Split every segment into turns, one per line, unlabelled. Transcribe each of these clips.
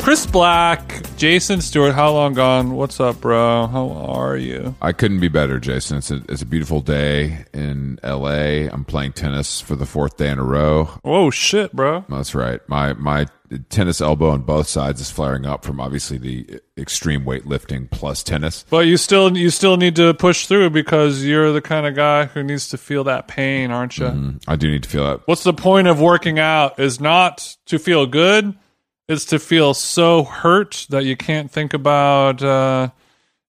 Chris Black, Jason Stewart, how long gone? What's up, bro? How are you?
I couldn't be better, Jason. It's a, it's a beautiful day in LA. I'm playing tennis for the fourth day in a row.
Oh, shit, bro.
That's right. My my tennis elbow on both sides is flaring up from obviously the extreme weightlifting plus tennis.
But you still you still need to push through because you're the kind of guy who needs to feel that pain, aren't you?
I do need to feel that.
What's the point of working out is not to feel good, it's to feel so hurt that you can't think about uh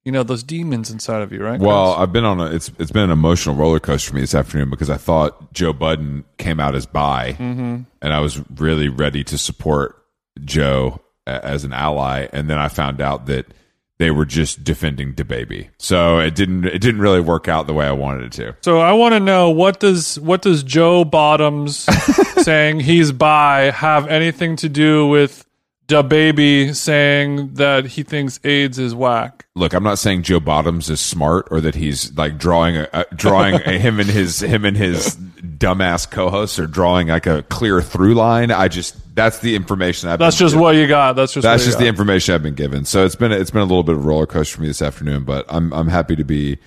you know those demons inside of you, right?
Well, I've been on a it's it's been an emotional roller coaster for me this afternoon because I thought Joe Budden came out as bi,
Mm-hmm.
and I was really ready to support Joe a- as an ally, and then I found out that they were just defending the baby, so it didn't it didn't really work out the way I wanted it to.
So I want to know what does what does Joe Bottoms saying he's bi have anything to do with the baby saying that he thinks AIDS is whack?
Look, I'm not saying Joe Bottoms is smart or that he's like drawing a, a drawing a, him and his him and his dumbass co-hosts are drawing like a clear through line. I just that's the information I've
That's
been
just what you got. That's just
That's
what
just
you
the information I've been given. So it's been it's been a little bit of a roller coaster for me this afternoon, but I'm I'm happy to be,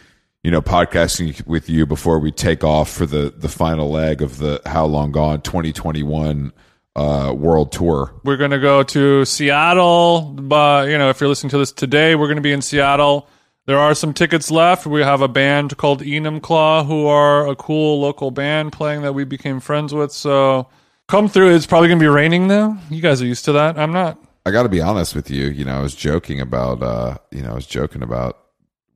you know, podcasting with you before we take off for the the final leg of the how long gone 2021 uh, world tour.
We're going to go to Seattle. But, you know, if you're listening to this today, we're going to be in Seattle. There are some tickets left. We have a band called Enum Claw, who are a cool local band playing that we became friends with. So come through. It's probably going to be raining, though. You guys are used to that. I'm not.
I got to be honest with you. You know, I was joking about uh, you know, I was joking about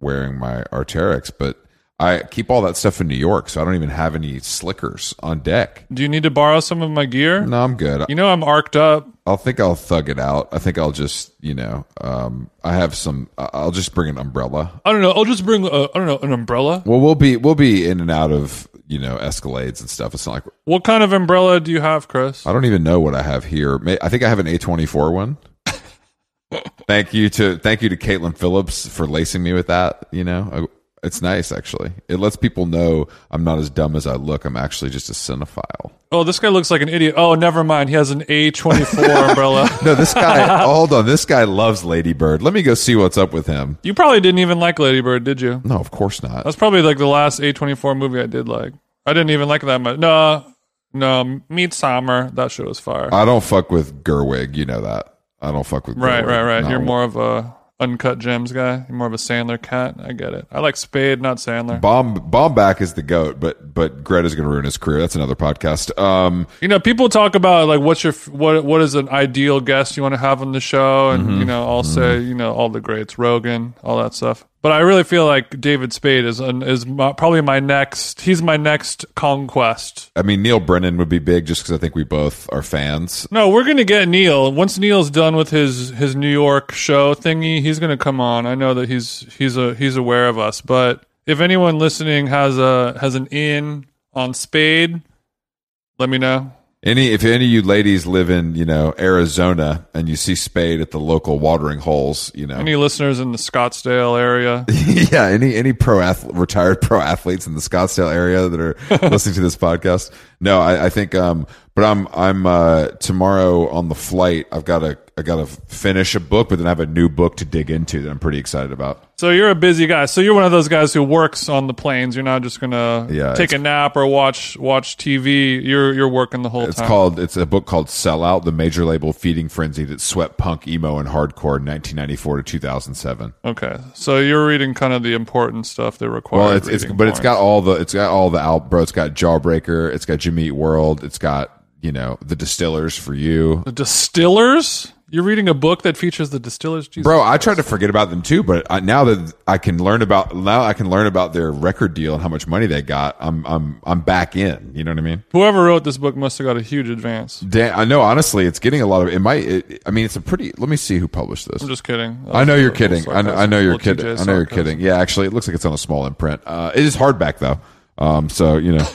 wearing my Arteryx, but I keep all that stuff in New York, so I don't even have any slickers on deck.
Do you need to borrow some of my gear?
No, I'm good.
You know, I'm arced up.
I'll think I'll thug it out. I think I'll just, you know, um, I have some. I- I'll just bring an umbrella.
I don't know. I'll just bring, a, I don't know, an umbrella.
Well, we'll be we'll be in and out of you know Escalades and stuff. It's not like
What kind of umbrella do you have, Chris?
I don't even know what I have here. May- I think I have an A twenty four one. Thank you to thank you to Caitlin Phillips for lacing me with that. You know, I- it's nice actually. It lets people know I'm not as dumb as I look. I'm actually just a cinephile.
Oh, this guy looks like an idiot. Oh, never mind. He has an A24 umbrella.
No, this guy. hold on, this guy loves Lady Bird. Let me go see what's up with him.
You probably didn't even like Lady Bird, did you?
No, of course not.
That's probably like the last A24 movie I did like. I didn't even like it that much. No, no, Meet Summer. That shit was fire.
I don't fuck with Gerwig. You know that. I don't fuck with
right,
Gerwig.
right, right.
No.
You're more of a uncut gems guy. You're more of a Sandler cat. I get it. I like Spade, not Sandler.
Bomb Bombback is the goat, but but Greta's going to ruin his career. That's another podcast. Um,
You know, people talk about like what's your f- what what is an ideal guest you want to have on the show, and
Mm-hmm.
you know, I'll say you know all the greats, Rogan, all that stuff. But I really feel like David Spade is an, is my, probably my next. He's my next conquest.
I mean Neil Brennan would be big just because I think we both are fans.
No, we're gonna get Neil. Once Neil's done with his his New York show thingy, he's gonna come on. I know that he's he's a he's aware of us. But if anyone listening has a has an in on Spade, let me know.
Any if any of you ladies live in, you know, Arizona and you see Spade at the local watering holes, you know.
Any listeners in the Scottsdale area?
yeah, any any pro athlete, retired pro athletes in the Scottsdale area that are listening to this podcast. No, I, I think um but I'm I'm uh tomorrow on the flight I've got to I got to finish a book but then I have a new book to dig into that I'm pretty excited about.
So you're a busy guy. So you're one of those guys who works on the planes. You're not just gonna
Yeah,
take a nap or watch watch TV. You're you're working the whole
It's
time.
called it's a book called Sellout, the major label feeding frenzy that swept punk emo and hardcore in 1994 to 2007.
okay. So you're reading kind of the important stuff they require.
Well, it's, it's but
reading
it's got all the it's got all the out bro. It's got Jawbreaker. It's got Jimmy Eat World. It's got you know the Distillers for you,
the distillers. You're reading a book that features the distillers. Jesus.
bro. I tried to forget about them too, but I, now that I can learn about now I can learn about their record deal and how much money they got. I'm I'm I'm back in. You know what I mean?
Whoever wrote this book must have got a huge advance.
Dan, I know honestly, it's getting a lot of it might. It, I mean, it's a pretty. Let me see who published this.
I'm just kidding.
I know you're
That was a little
kidding. I know,
sarcasm.
I know you're
Little TJ
kidding. I know you're
sarcasm.
kidding. Yeah, actually, it looks like it's on a small imprint. Uh, it is hardback though, um, so you know,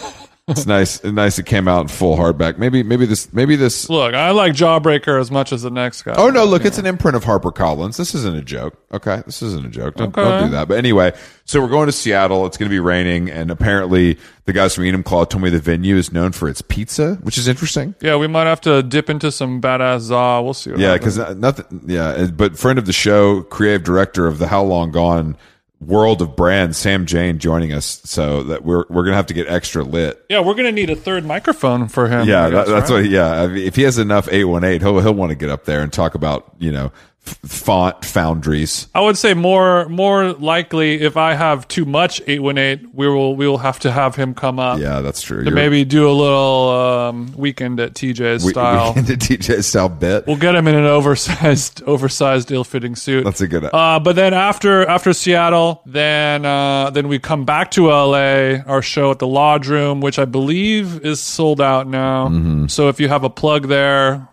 it's nice. Nice it came out in full hardback. Maybe, maybe this, maybe this.
Look, I like Jawbreaker as much as the next guy.
Oh no! Look, it's an imprint of HarperCollins. This isn't a joke. Okay, this isn't a joke. Don't, don't
Okay.
do that. But anyway, so we're going to Seattle. It's going to be raining, and apparently, the guys from Enum Claw told me the venue is known for its pizza, which is interesting.
Yeah, we might have to dip into some badass za. We'll see. What
Yeah,
happens.
because nothing. Yeah, and- but friend of the show, creative director of the How Long Gone World of Brands, Sam Jane, joining us. So that we're we're gonna have to get extra lit.
yeah, we're gonna need a third microphone for him.
Yeah,
I
that,
guess,
that's
right?
what. Yeah, I mean, if he has enough eight one eight, he'll he'll want to get up there and talk about you know f- font foundries.
I would say more more likely if I have too much eight one eight, we will we will have to have him come up.
Yeah, that's true. You're-
Maybe do a little um, weekend at TJ's
we,
style.
we can do DJ style bit.
We'll get him in an oversized oversized ill fitting suit.
That's a good.
Uh, but then after after Seattle, then uh, then we come back to LA. Our show at the Lodge Room, which I believe is sold out now. So if you have a plug there,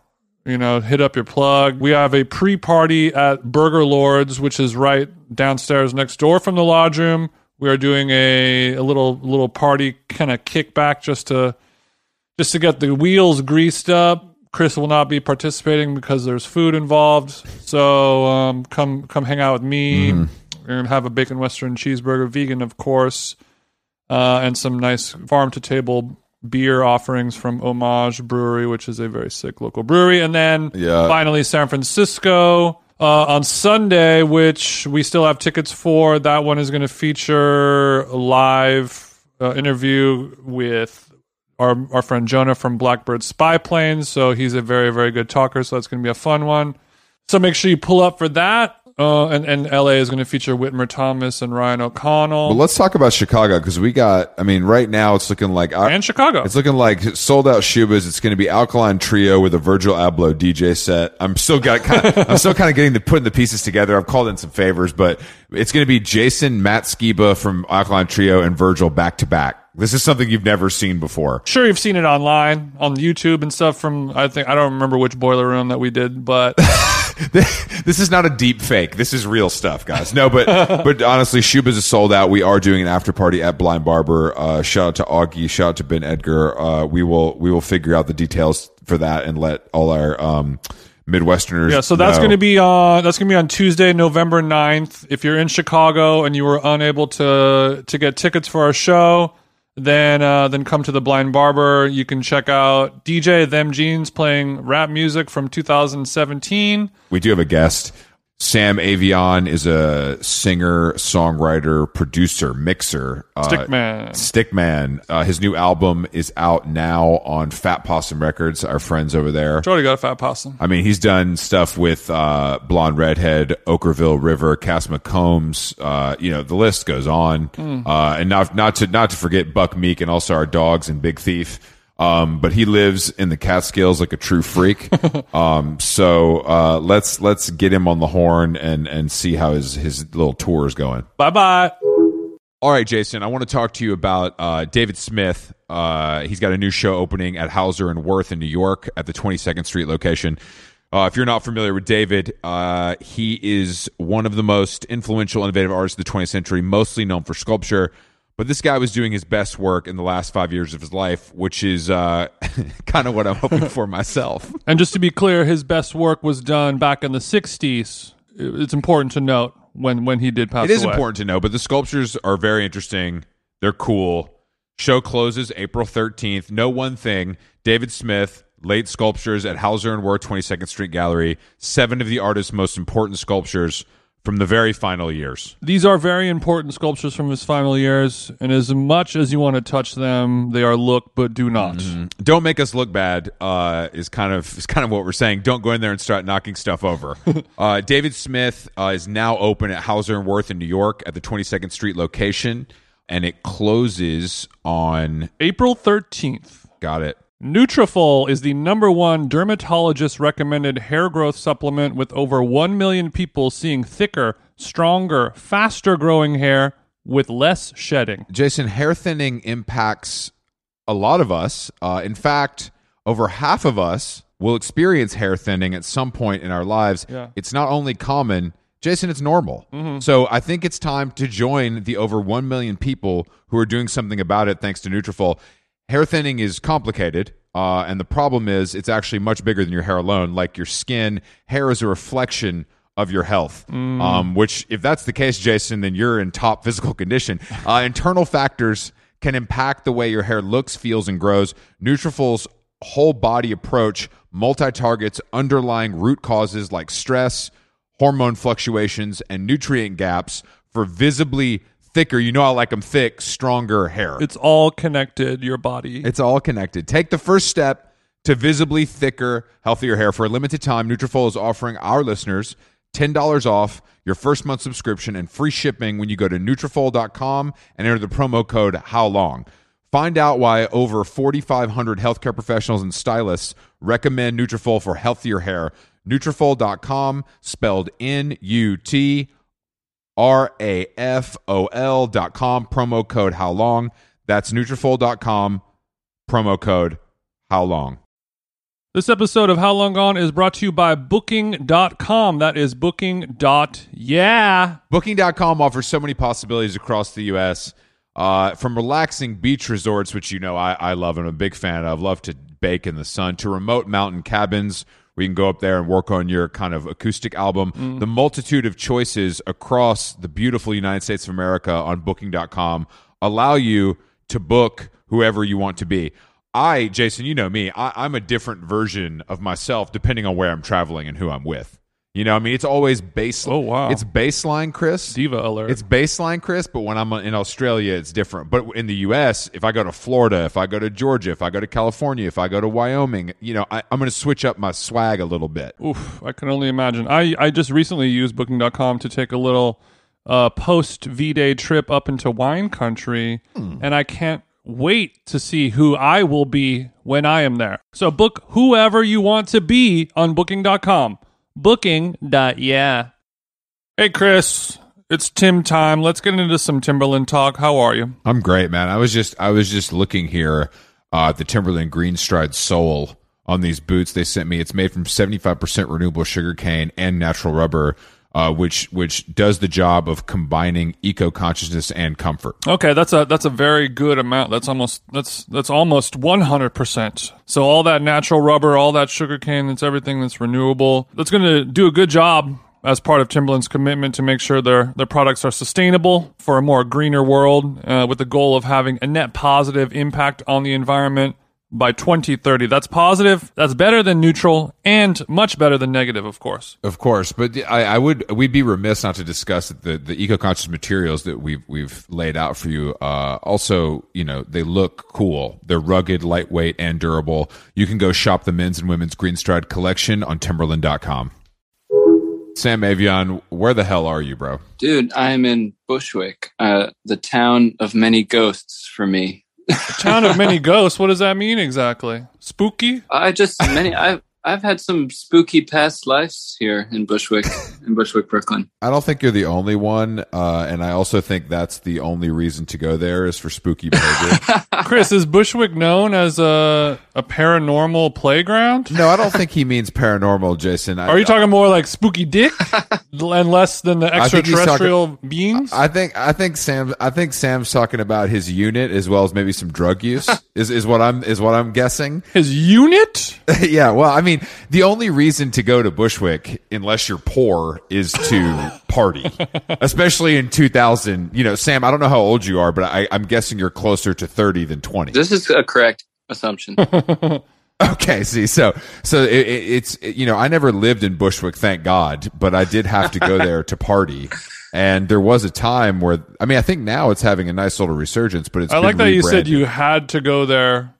you know, hit up your plug. We have a pre-party at Burger Lords, which is right downstairs next door from the Lodge Room. We are doing a, a little little party kind of kickback just to just to get the wheels greased up. Chris will not be participating because there's food involved. So um, come come hang out with me. We're gonna have a bacon western cheeseburger, vegan of course, uh, and some nice farm to table beer offerings from Homage Brewery, which is a very sick local brewery. And then
Yeah.
finally San Francisco. Uh, on Sunday, which we still have tickets for, that one is going to feature a live uh, interview with our our friend Jonah from Blackbird Spy Plane. So he's a very very good talker. So that's going to be a fun one. So make sure you pull up for that. Uh, and and LA is going to feature Whitmer Thomas and Ryan O'Connell
But let's talk about Chicago because we got. I mean, right now it's looking like I,
and Chicago.
It's looking like sold out Shubas. It's going to be Alkaline Trio with a Virgil Abloh DJ set. I'm still got kind of, I'm still kind of getting the putting the pieces together. I've called in some favors, but it's going to be Jason Matt Skiba from Alkaline Trio and Virgil back to back. This is something you've never seen before.
sure you've seen it online on YouTube and stuff from I think I don't remember which boiler room that we did, but
this is not a deep fake. This is real stuff, guys. No, but but honestly, Shubas is sold out. We are doing an after party at Blind Barber. Uh, shout out to Augie. Shout out to Ben Edgar. Uh, we will we will figure out the details for that and let all our um, Midwesterners.
yeah, so that's
know.
going to be on that's going to be on Tuesday, November 9th. If you're in Chicago and you were unable to to get tickets for our show, then uh, then come to the Blind Barber. You can check out DJ Them Jeans playing rap music from 2017.
We do have a guest. Sam Avion is a singer, songwriter, producer, mixer. Uh,
Stickman.
Stickman. Uh, his new album is out now on Fat Possum Records, our friends over there.
Jordy got a fat possum.
I mean, he's done stuff with uh, Blonde Redhead, Okerville River, Cass McCombs. Uh, you know, the list goes on. Uh, and not not to not to forget Buck Meek and also our dogs and Big Thief. Um, but he lives in the Catskills like a true freak. um, so uh, let's let's get him on the horn and and see how his his little tour is going.
Bye bye.
All right, Jason, I want to talk to you about uh, David Smith. Uh, he's got a new show opening at Hauser and Worth in New York at the 22nd Street location. Uh, if you're not familiar with David, uh, he is one of the most influential, innovative artists of the 20th century, mostly known for sculpture. But this guy was doing his best work in the last five years of his life, which is uh, kind of what I'm hoping for myself.
And just to be clear, his best work was done back in the 60s. It- It's important to note when, when he did pass
It is
away.
important to know, but the sculptures are very interesting. They're cool. Show closes April 13th. No one thing. David Smith, late sculptures at Hauser and Worth 22nd Street Gallery. Seven of the artist's most important sculptures from the very final years.
These are very important sculptures from his final years, and as much as you want to touch them, they are look but do not.
Don't make us look bad uh, is kind of is kind of what we're saying. Don't go in there and start knocking stuff over. uh, David Smith uh, is now open at Hauser and Worth in New York at the 22nd Street location, and it closes on.
April 13th.
Got it.
Nutrafol is the number one dermatologist recommended hair growth supplement with over 1 million people seeing thicker, stronger, faster growing hair with less shedding.
Jason, hair thinning impacts a lot of us. Uh, in fact, over half of us will experience hair thinning at some point in our lives.
Yeah.
It's not only common, Jason, it's normal. So I think it's time to join the over 1 million people who are doing something about it thanks to Nutrafol. Hair thinning is complicated. Uh, and the problem is, it's actually much bigger than your hair alone. Like your skin, hair is a reflection of your health. Um, which, if that's the case, Jason, then you're in top physical condition. Uh, internal factors can impact the way your hair looks, feels, and grows. Nutrafol's whole body approach multi-targets underlying root causes like stress, hormone fluctuations, and nutrient gaps for visibly thicker. You know I like them thick, stronger hair.
It's all connected, your body.
It's all connected. Take the first step to visibly thicker, healthier hair. For a limited time, Nutrafol is offering our listeners $10 off your first month subscription and free shipping when you go to Nutrafol.com and enter the promo code How Long. Find out why over 4,500 healthcare professionals and stylists recommend Nutrafol for healthier hair. Nutrafol.com, spelled N-U-T. R A F O L dot com, promo code how long. That's Nutrafol.com, promo code how long.
This episode of How Long Gone is brought to you by Booking.com. That is Booking. dot Yeah.
Booking.com offers so many possibilities across the U.S. Uh, from relaxing beach resorts, which you know I, I love and I'm a big fan of, love to bake in the sun, to remote mountain cabins where you can go up there and work on your kind of acoustic album.
Mm-hmm.
The multitude of choices across the beautiful United States of America on Booking.com allow you to book whoever you want to be. I, Jason, you know me, I, I'm a different version of myself depending on where I'm traveling and who I'm with. You know, I mean, it's always baseline.
Oh, wow.
It's baseline, Chris.
Diva alert.
It's baseline, Chris, but when I'm in Australia, it's different. But in the U.S., if I go to Florida, if I go to Georgia, if I go to California, if I go to Wyoming, you know, I, I'm going to switch up my swag a little bit.
Oof, I can only imagine. I, I just recently used Booking.com to take a little uh, post V Day trip up into wine country, and I can't wait to see who I will be when I am there. So book whoever you want to be on Booking.com. Booking. dot Yeah. Hey, Chris. It's Tim time. Let's get into some Timberland talk. How are you?
I'm great, man. I was just I was just looking here uh, at the Timberland Greenstride sole on these boots they sent me. It's made from 75% renewable sugarcane and natural rubber, uh, which which does the job of combining eco consciousness and comfort.
Okay, that's a that's a very good amount. That's almost that's that's almost one hundred percent. So all that natural rubber, all that sugarcane, that's everything that's renewable. That's going to do a good job as part of Timberland's commitment to make sure their their products are sustainable for a more greener world, uh, with the goal of having a net positive impact on the environment by 2030. That's positive. That's better than neutral, and much better than negative, of course.
Of course, but I, I would we'd be remiss not to discuss that the the eco conscious materials that we've we've laid out for you. Uh, also, you know they look cool. They're rugged, lightweight, and durable. You can go shop the men's and women's Greenstride collection on Timberland.com. Sam Avion, where the hell are you, bro?
Dude, I'm in Bushwick, uh, the town of many ghosts for me.
The town of many ghosts. What does that mean exactly? Spooky.
I just many I I've had some spooky past lives here in Bushwick, in Bushwick, Brooklyn.
I don't think you're the only one, uh, and I also think that's the only reason to go there is for spooky behavior.
Chris, is Bushwick known as a a paranormal playground?
no, I don't think he means paranormal, Jason. I,
Are you talking more like spooky dick and less than the
think he's
extraterrestrial beings?
I think I think Sam I think Sam's talking about his unit as well as maybe some drug use is, is what I'm is what I'm guessing.
His unit?
yeah, well, I mean, the only reason to go to Bushwick unless you're poor is to party. Especially in 2000, you know, Sam, I don't know how old you are, but I I'm guessing you're closer to 30 than 20.
This is a correct assumption.
Okay, see, so so it, it, it's it- you know I never lived in Bushwick, thank God, but I did have to go there to party, and there was a time where I mean I think now it's having a nice little resurgence, but it's
I
been
like that you said
rebranded.
you had to go there,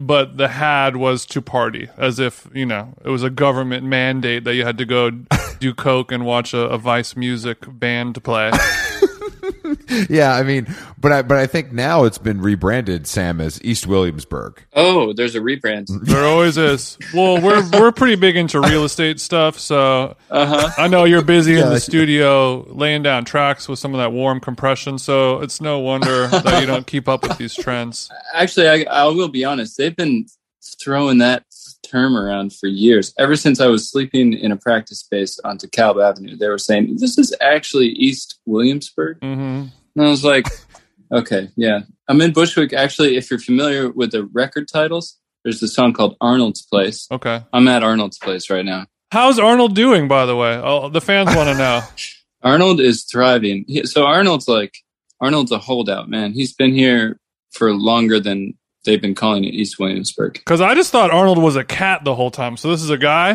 but the had was to party, as if, you know, it was a government mandate that you had to go do coke and watch a, a Vice music band play.
yeah I mean but I but I think now it's been rebranded Sam as East Williamsburg.
oh, there's a rebrand.
There always is. Well, we're we're pretty big into real estate stuff, so I know you're busy in the studio laying down tracks with some of that warm compression. So it's no wonder that you don't keep up with these trends.
Actually, I, I will be honest. They've been throwing that term around for years. Ever since I was sleeping in a practice space on DeKalb Avenue, they were saying, this is actually East Williamsburg.
hmm
And I was like, okay, yeah. I'm in Bushwick. Actually, if you're familiar with the record titles, there's a song called Arnold's Place.
Okay.
I'm at Arnold's Place right now.
How's Arnold doing, by the way? Oh, the fans want to know.
Arnold is thriving. He- So Arnold's like, Arnold's a holdout, man. He's been here for longer than they've been calling it East Williamsburg.
Because I just thought Arnold was a cat the whole time. So this is a guy.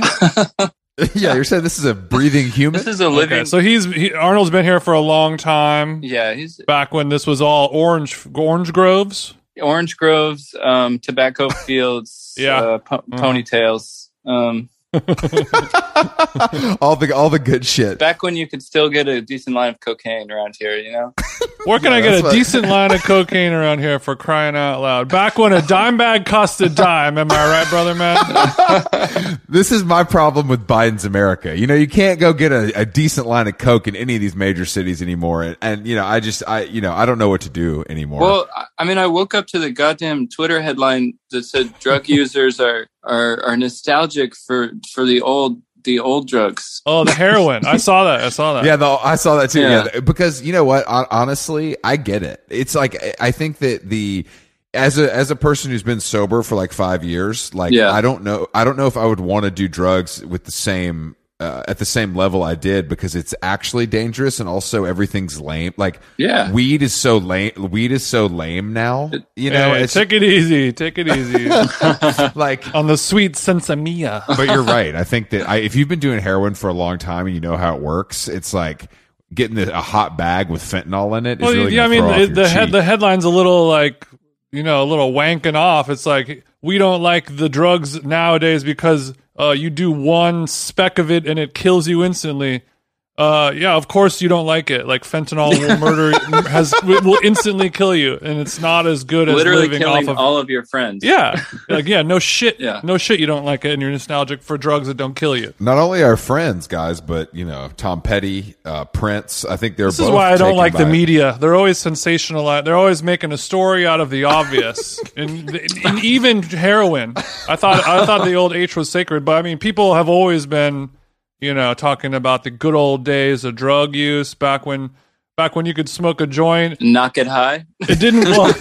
yeah, you're saying this is a breathing human.
This is a living.
Okay, so he's he, Arnold's been here for a long time.
yeah, he's
Back when this was all orange orange groves.
orange groves, um, tobacco fields,
Yeah.
uh, po-
Mhm.
ponytails. Um,
all the all the good shit.
back when you could still get a decent line of cocaine around here, you know?
Where can
Yeah,
I get
that's
a
what-
decent line of cocaine around here for crying out loud? Back when a dime bag cost a dime, am I right, brother man?
This is my problem with Biden's America. You know, you can't go get a, a decent line of coke in any of these major cities anymore, and, and you know I just I you know I don't know what to do anymore.
Well, I- I mean, I woke up to the goddamn Twitter headline that said drug users are, are, are nostalgic for, for the old, the old drugs.
Oh, the heroin. I saw that. I saw that.
Yeah, the, I saw that too. Yeah.
uh, Yeah.
because you know what? Hon- Honestly, I get it. It's like I- I think that the as a as a person who's been sober for like five years, like
Yeah.
I don't know, I don't know if I would want to do drugs with the same. Uh, at the same level I did because it's actually dangerous and also everything's lame. Like
Yeah.
weed is so lame. Weed is so lame now. You know,
Hey,
it's
take it easy. Take it easy.
like
On the sweet sensamia.
but you're right. I think that I, if you've been doing heroin for a long time and you know how it works, it's like getting the, a hot bag with fentanyl in it. Is
Well,
really
yeah, I
gonna
mean,
throw off
the,
your
the, head,
cheek.
the headline's a little like, you know, a little wanking off. It's like, we don't like the drugs nowadays because uh, you do one speck of it and it kills you instantly. Uh, yeah, of course you don't like it. Like fentanyl will murder, has will instantly kill you, and it's not as good as
Literally
living off
killing
of.
all of your friends.
yeah, like yeah, no shit,
Yeah.
no shit. You don't like it, and you're nostalgic for drugs that don't kill you.
Not only our friends, guys, but you know Tom Petty, uh, Prince. I think they're.
This is why I don't like the
media.
media. They're always sensationalized. They're always making a story out of the obvious, and, and even heroin. I thought I thought the old H was sacred, but I mean, people have always been, you know, talking about the good old days of drug use back when back when you could smoke a joint.
Knock it high.
It didn't. Well,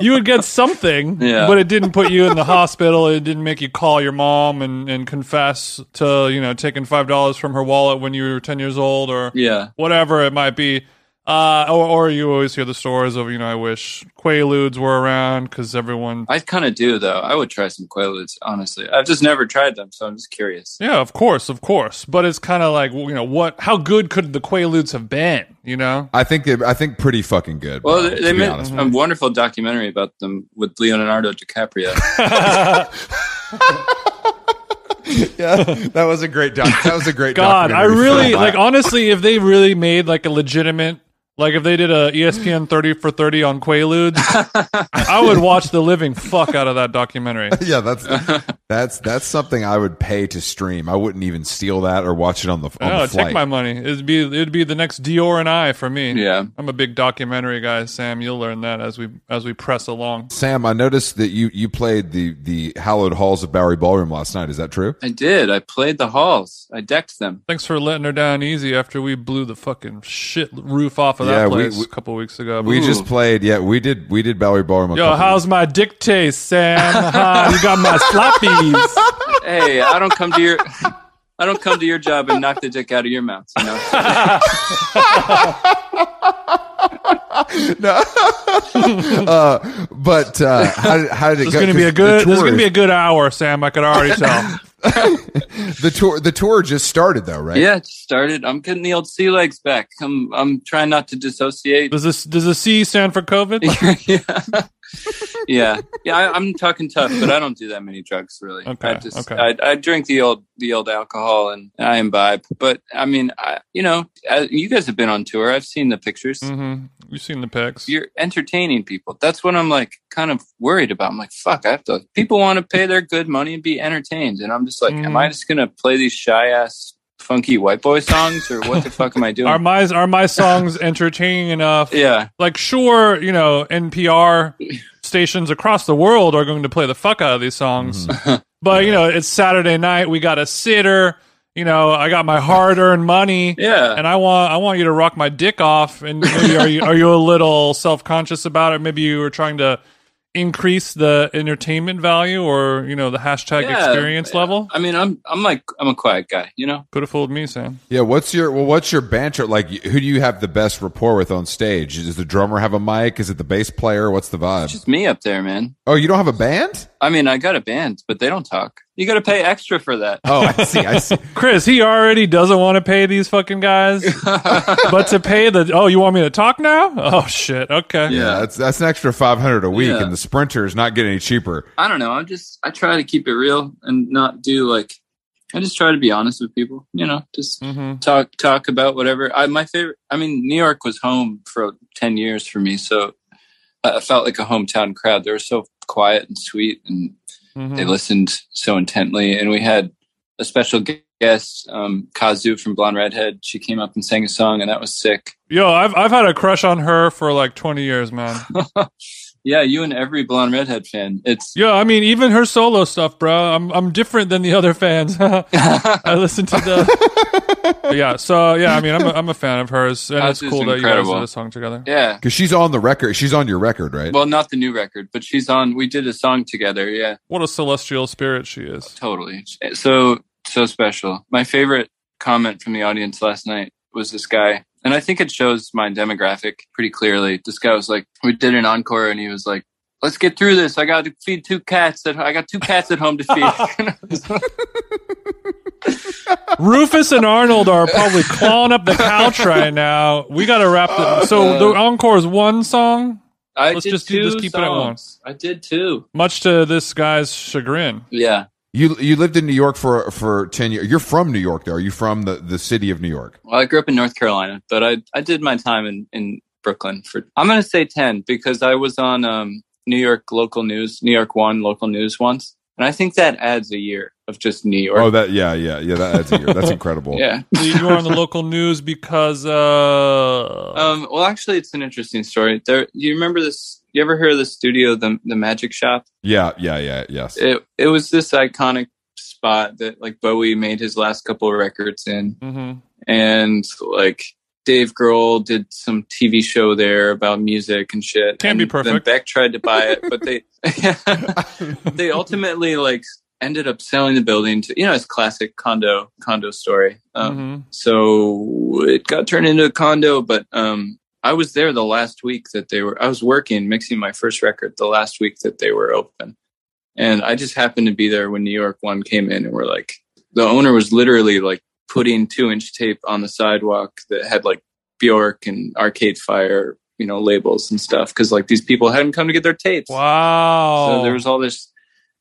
you would get something,
Yeah.
but it didn't put you in the hospital. It didn't make you call your mom and and confess to you know taking five dollars from her wallet when you were ten years old or
Yeah.
whatever it might be. Uh, or, or you always hear the stories of, you know, I wish Quaaludes were around because everyone.
I kind of do though. I would try some Quaaludes, honestly. I've just never tried them, so I'm just curious.
Yeah, of course, of course. But it's kind of like, well, you know, what? How good could the Quaaludes have been? You know,
I think they- I think pretty fucking good.
Well,
bro,
they,
to
they
be
made
honest.
a wonderful documentary about them with Leonardo DiCaprio.
yeah, that was a great doc. That was a great.
God, I
documentary
really
film.
like. Honestly, if they really made like a legitimate Like if they did a E ESPN 30 for 30 on Quaaludes, I would watch the living fuck out of that documentary.
yeah, that's that's that's something I would pay to stream. I wouldn't even steal that or watch it on the, on the
Oh, take
flight.
my money. It'd be it'd be the next Dior and I for me.
Yeah.
I'm a big documentary guy, Sam. You'll learn that as we as we press along.
Sam, I noticed that you you played the the hallowed halls of Bowery Ballroom last night. Is that true?
I did. I played the halls. I decked them.
Thanks for letting her down easy after we blew the fucking shit roof off of
Yeah,
that
we-
place
we-
a couple weeks ago.
We
Ooh.
just played. Yeah, we did. We did Bowery Ballroom. A
Yo,
couple
how's my dick taste, Sam? Huh? you got my sloppies.
Hey, I don't come to your. I don't come to your job and knock the dick out of your mouth. You know,
no. uh, but uh, how, did- how did it
This is
go?
gonna be a
'Cause
good.
The
This is
tour,
gonna be a good hour, Sam. I could already tell.
the tour. The tour just started though, right?
yeah, it started. I'm getting the old sea legs back. I'm I'm trying not to dissociate.
Does this does the C stand for COVID?
yeah, yeah, yeah. I, I'm talking tough, but I don't do that many drugs really.
Okay,
I just
okay.
I, I drink the old the old alcohol and I imbibe. But I mean, I, you know, I, you guys have been on tour. I've seen the pictures.
mm-hmm. You've seen the pics.
You're entertaining people. That's what I'm like, kind of worried about. I'm like, fuck, I have to. People want to pay their good money and be entertained, and I'm just like, am
Mhm.
I just gonna play these shy ass funky white boy songs, or what the fuck am I doing?
Are my are my songs entertaining enough?
yeah,
Like, sure, you know, NPR stations across the world are going to play the fuck out of these songs,
Mm-hmm.
but you know, it's Saturday night. We got a sitter. You know, I got my hard earned money.
yeah.
And I want I want you to rock my dick off. And maybe are you are you a little self conscious about it? Maybe you were trying to increase the entertainment value or you know the hashtag
Yeah,
experience level.
I mean, I'm I'm like I'm a quiet guy, you know.
Could have fooled me, Sam.
Yeah. What's your well? What's your banter like? Who do you have the best rapport with on stage? Does the drummer have a mic? Is it the bass player? What's the vibe?
It's just me up there, man.
oh, you don't have a band?
I mean, I got a band, but they don't talk. You got to pay extra for that.
Oh, I see. I see.
Chris, he already doesn't want to pay these fucking guys, but to pay the oh, you want me to talk now? Oh shit, okay.
Yeah, that's that's an extra five hundred a week,
Yeah.
and the sprinter is not getting any cheaper.
I don't know. I'm just I try to keep it real and not do like I just try to be honest with people, you know, just
hmm
talk talk about whatever. I my favorite I mean, New York was home for 10 years for me, so I I felt like a hometown crowd. They were so quiet and sweet and
mm-hmm.
they
Hmm.
listened so intently and we had a special gu- guest um, kazu from blonde redhead she came up and sang a song and that was sick
Yo, I've I've had a crush on her for like twenty years, man.
yeah you and every blonde redhead fan it's
Yo, I mean even her solo stuff, bro. I'm I'm different than the other fans. I listened to the. But yeah, so yeah, I mean, I'm a, I'm a fan of hers, and
That's
it's
just
cool that you guys
incredible.
did a song together.
yeah
Because she's on the record. She's on your record, right?
well not the new record but she's on we did a song together yeah
What a celestial spirit she is.
totally so so special my favorite comment from the audience last night was this guy and i think it shows my demographic pretty clearly this guy was like we did an encore and he was like let's get through this i got to feed two cats that i got two cats at home to feed
Rufus and Arnold are probably clawing up the couch right now. We got to wrap the So the encore is one song,
I
Let's
did
just do-
two
just keep it at
songs.
once.
I did two.
much to this guy's chagrin.
Yeah.
You you lived in New York for for ten years. You're from New York, though. Are you from the, the city of New York?
Well, I grew up in North Carolina, but I I did my time in in Brooklyn for I'm going to say 10 because I was on um New York local news, New York 1 local news once. And I think that adds a year of just New York.
Oh, that yeah, yeah, yeah. That adds a year. That's incredible.
yeah.
So you were on the local news because uh,
Um well actually it's an interesting story. There you remember this you ever hear of the studio the the Magic Shop?
yeah, yeah, yeah. Yes.
It it was this iconic spot that like Bowie made his last couple of records in.
mhm.
and like Dave Grohl did some TV show there about music and shit.
Can't be
And Then
perfect.
Beck tried to buy it, but they they ultimately like ended up selling the building to you know it's classic condo condo story. Um,
Mhm.
So it got turned into a condo, but um, I was there the last week that they were. I was working mixing my first record the last week that they were open, and I just happened to be there when New York One came in, and we're like, the owner was literally like putting two inch tape on the sidewalk that had like Bjork and Arcade Fire, you know, labels and stuff because like these people hadn't come to get their tapes.
Wow.
So there was all this.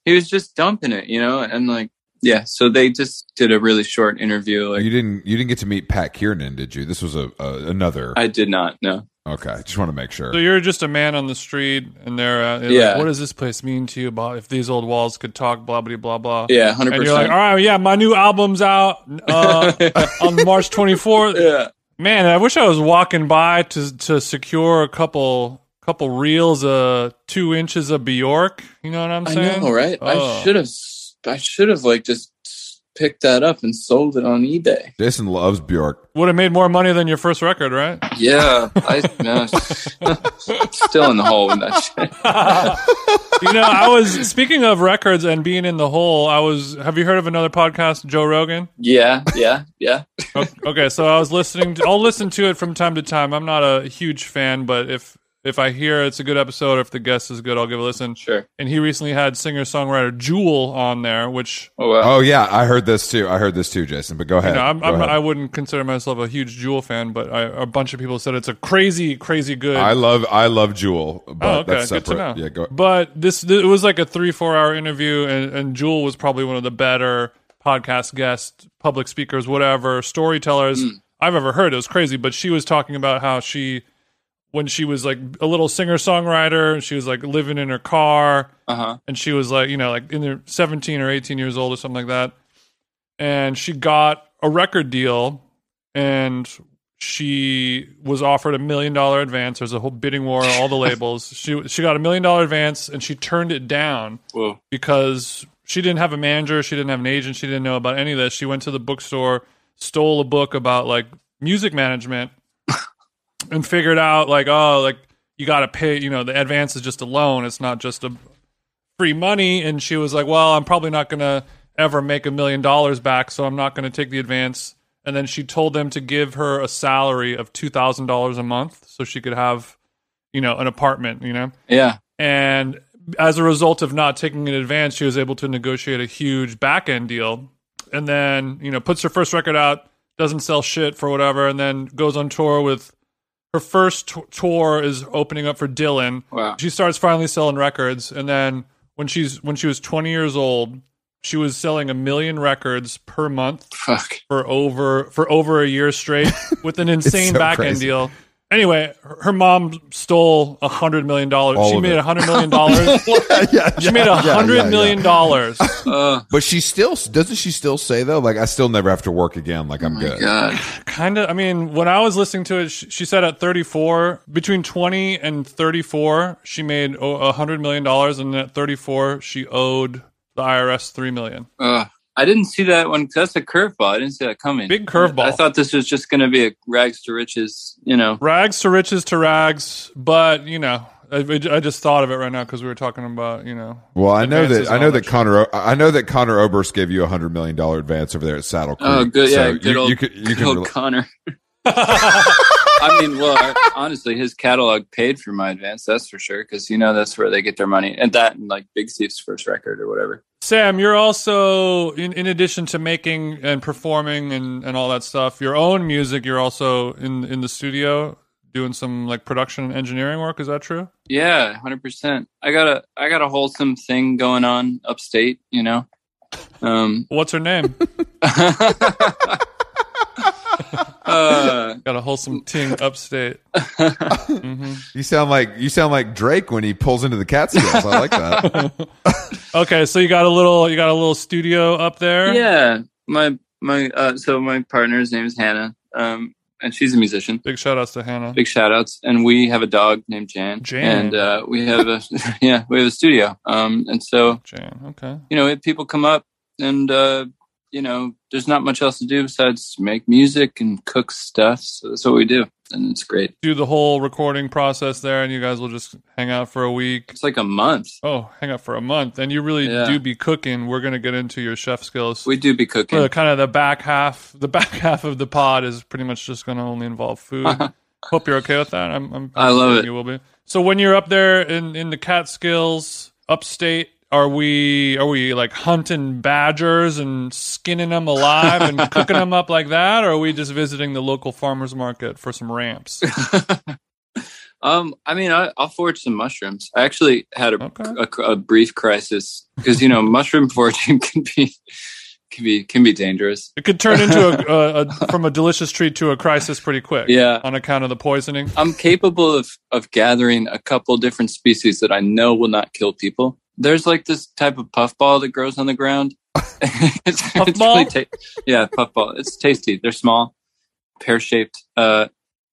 He was just dumping it, you know, and like Yeah, so they just did a really short interview. Like
you didn't you didn't get to meet Pat Kiernan, did you? This was a, a another.
I did not know.
okay, just want to make sure.
So you're just a man on the street, and they're, uh, they're
Yeah.
like, "What does this place mean to you? About if these old walls could talk, blah blah blah blah."
Yeah, hundred
And you're like,
percent.
"All right, yeah, my new album's out uh, on March 24th."
yeah,
Man, I wish I was walking by to to secure a couple couple reels of two inches of Bjork. You know what I'm
I
saying?
know, right?
Oh.
I should have. I should have like just picked that up and sold it on eBay.
Jason loves Bjork.
Would have made more money than your first record, right?
Yeah, I no, still in the hole with that shit.
you know, I was speaking of records and being in the hole. I was. Have you heard of another podcast, Joe Rogan?
Yeah, yeah, yeah.
O- okay, so I was listening. To, I'll listen to it from time to time. I'm not a huge fan, but if if I hear it's a good episode, or if the guest is good, I'll give a listen.
Sure.
And he recently had singer songwriter Jewel on there, which
Oh wow.
Oh yeah, I heard this too. I heard this too, Jason. But go ahead.
you know, I'm,
Go
I'm not,
ahead.
I wouldn't consider myself a huge Jewel fan, but I, a bunch of people said it's a crazy, crazy good.
I love I love Jewel, but
Oh, okay,
that's
good
separate.
to know.
Yeah, go.
But this, th- it was like a three, four hour interview, and, and Jewel was probably one of the better podcast guests, public speakers, whatever, storytellers
Mm.
I've ever heard. It was crazy, but she was talking about how she, when she was like a little singer songwriter, she was like living in her car,
Uh huh.
and she was like, you know, like in her 17 or 18 years old or something like that. And she got a record deal and she was offered a million dollar advance. There's a whole bidding war on all the labels. She she got a million dollar advance and she turned it down
Whoa.
because she didn't have a manager, she didn't have an agent, she didn't know about any of this. She went to the bookstore, stole a book about like music management, and figured out like, oh, like you got to pay. You know, the advance is just a loan; it's not just a free money. And she was like, well, I'm probably not gonna ever make a million dollars back, so I'm not gonna take the advance. And then she told them to give her a salary of two thousand dollars a month, so she could have, you know, an apartment. You know
Yeah.
and as a result of not taking an advance, she was able to negotiate a huge back end deal, and then you know puts her first record out, doesn't sell shit for whatever, and then goes on tour with her first t- tour is opening up for Dylan.
Wow.
She starts finally selling records, and then when she's when she was 20 years old, she was selling a million records per month
Fuck.
for over for over a year straight with an insane
so
back end
crazy.
deal. Anyway, her her mom stole a hundred million dollars.
All
She
of
made
it.
a hundred million dollars.
yeah,
She made a hundred million dollars.
Oh
But she still doesn't. She still say though, like I still never have to work again. Like I'm good.
Oh god.
Kind of. I mean, when I was listening to it, she, she said at 34, between 20 and 34, she made o- a hundred million dollars, and at 34, she owed the IRS three million.
Ugh. Oh. I didn't see that one. 'cause That's a curveball. I didn't see that coming.
Big curveball.
I thought this was just going to be a rags to riches. You know.
Rags to riches to rags, but you know, I, I just thought of it right now because we were talking about you know
Well, I know
Advances
that I
and
know
all
that
that
Connor O- I know that Connor Oberst gave you a hundred million dollar advance over there at Saddle Creek.
Oh, good.
So
Yeah, good
you,
old,
you could you
good
can
old
rel-
Connor. I mean, well, I- honestly, his catalog paid for my advance. That's for sure. Because you know that's where they get their money, and that and like Big Thief's first record or whatever.
Sam, you're also in, in addition to making and performing and, and all that stuff, your own music, you're also in in the studio doing some like production and engineering work, is that true?
Yeah, hundred percent. I got a I got a wholesome thing going on upstate. You know. Um.
What's her name?
uh,
Got a wholesome ting upstate. hmm
you sound like you sound like Drake when he pulls into the Catskills. I like that.
Okay, so you got a little you got a little studio up there.
yeah. My my. Uh, so my partner's name is Hannah. Um. And she's a musician.
Big shout outs to Hannah.
big shout outs and we have a dog named jan,
Jan.
and uh, we have a yeah we have a studio um, and so
Jan. Okay.
you know if people come up and uh, you know there's not much else to do besides make music and cook stuff so that's what we do and it's great
Do the whole recording process there and you guys will just hang out for a week.
it's like a month
Oh, hang out for a month. And you really
Yeah.
do be cooking. We're gonna get into your chef skills.
we do be
for the
cooking
kind of the back half the back half of the pod is pretty much just going to only involve food hope you're okay with that i'm, I'm
I love
assuming
it.
you will be so when you're up there in in the catskills upstate are we are we like hunting badgers and skinning them alive and cooking them up like that or are we just visiting the local farmers market for some ramps
um i mean I, i'll forage some mushrooms i actually had a
okay
a, a brief crisis because you know mushroom foraging can be can be can be dangerous.
It could turn into a, a, a from a delicious treat to a crisis pretty quick.
Yeah.
on account of the poisoning.
I'm capable of of gathering a couple different species that I know will not kill people. There's like this type of puffball that grows on the ground. it's, It's
Puffball?
really ta- yeah, puffball. It's tasty. They're small, pear shaped. Uh,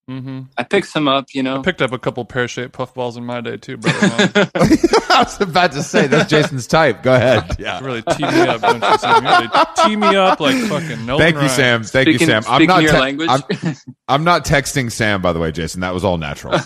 hmm
I picked some up. You know,
Picked up a couple pear-shaped puffballs in my day too, brother. Man.
I was about to say that's Jason's type. Go ahead. Yeah.
You Uh, really tee me up, don't you, Sam? You really tee me up like fucking no.
Thank you, Sam. Thank
Speaking-
you, Sam.
speaking
not
your
te-
language.
I'm, I'm not texting Sam, by the way, Jason. That was all natural.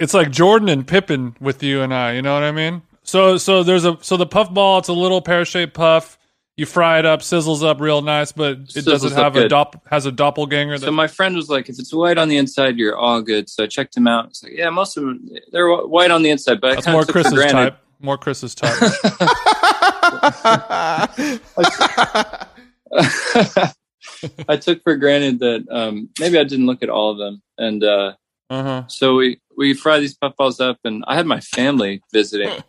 It's like Jordan and Pippen with you and I. You know what I mean? So, so there's a so the puff ball. It's a little pear-shaped puff. You fry it up, sizzles up real nice, but it
Sizzles
doesn't
up
have a
good.
dop has a doppelganger. That,
so my friend was like, "If it's white on the inside, you're all good." So I checked them out. It's like, yeah, most of them they're wh- white on the inside, but I
that's
kinda
more
took for
Chris's
granted.
type. More Chris's type.
I took for granted that um, maybe I didn't look at all of them, and uh,
Uh huh.
so we we fry these puffballs up, and I had my family visiting,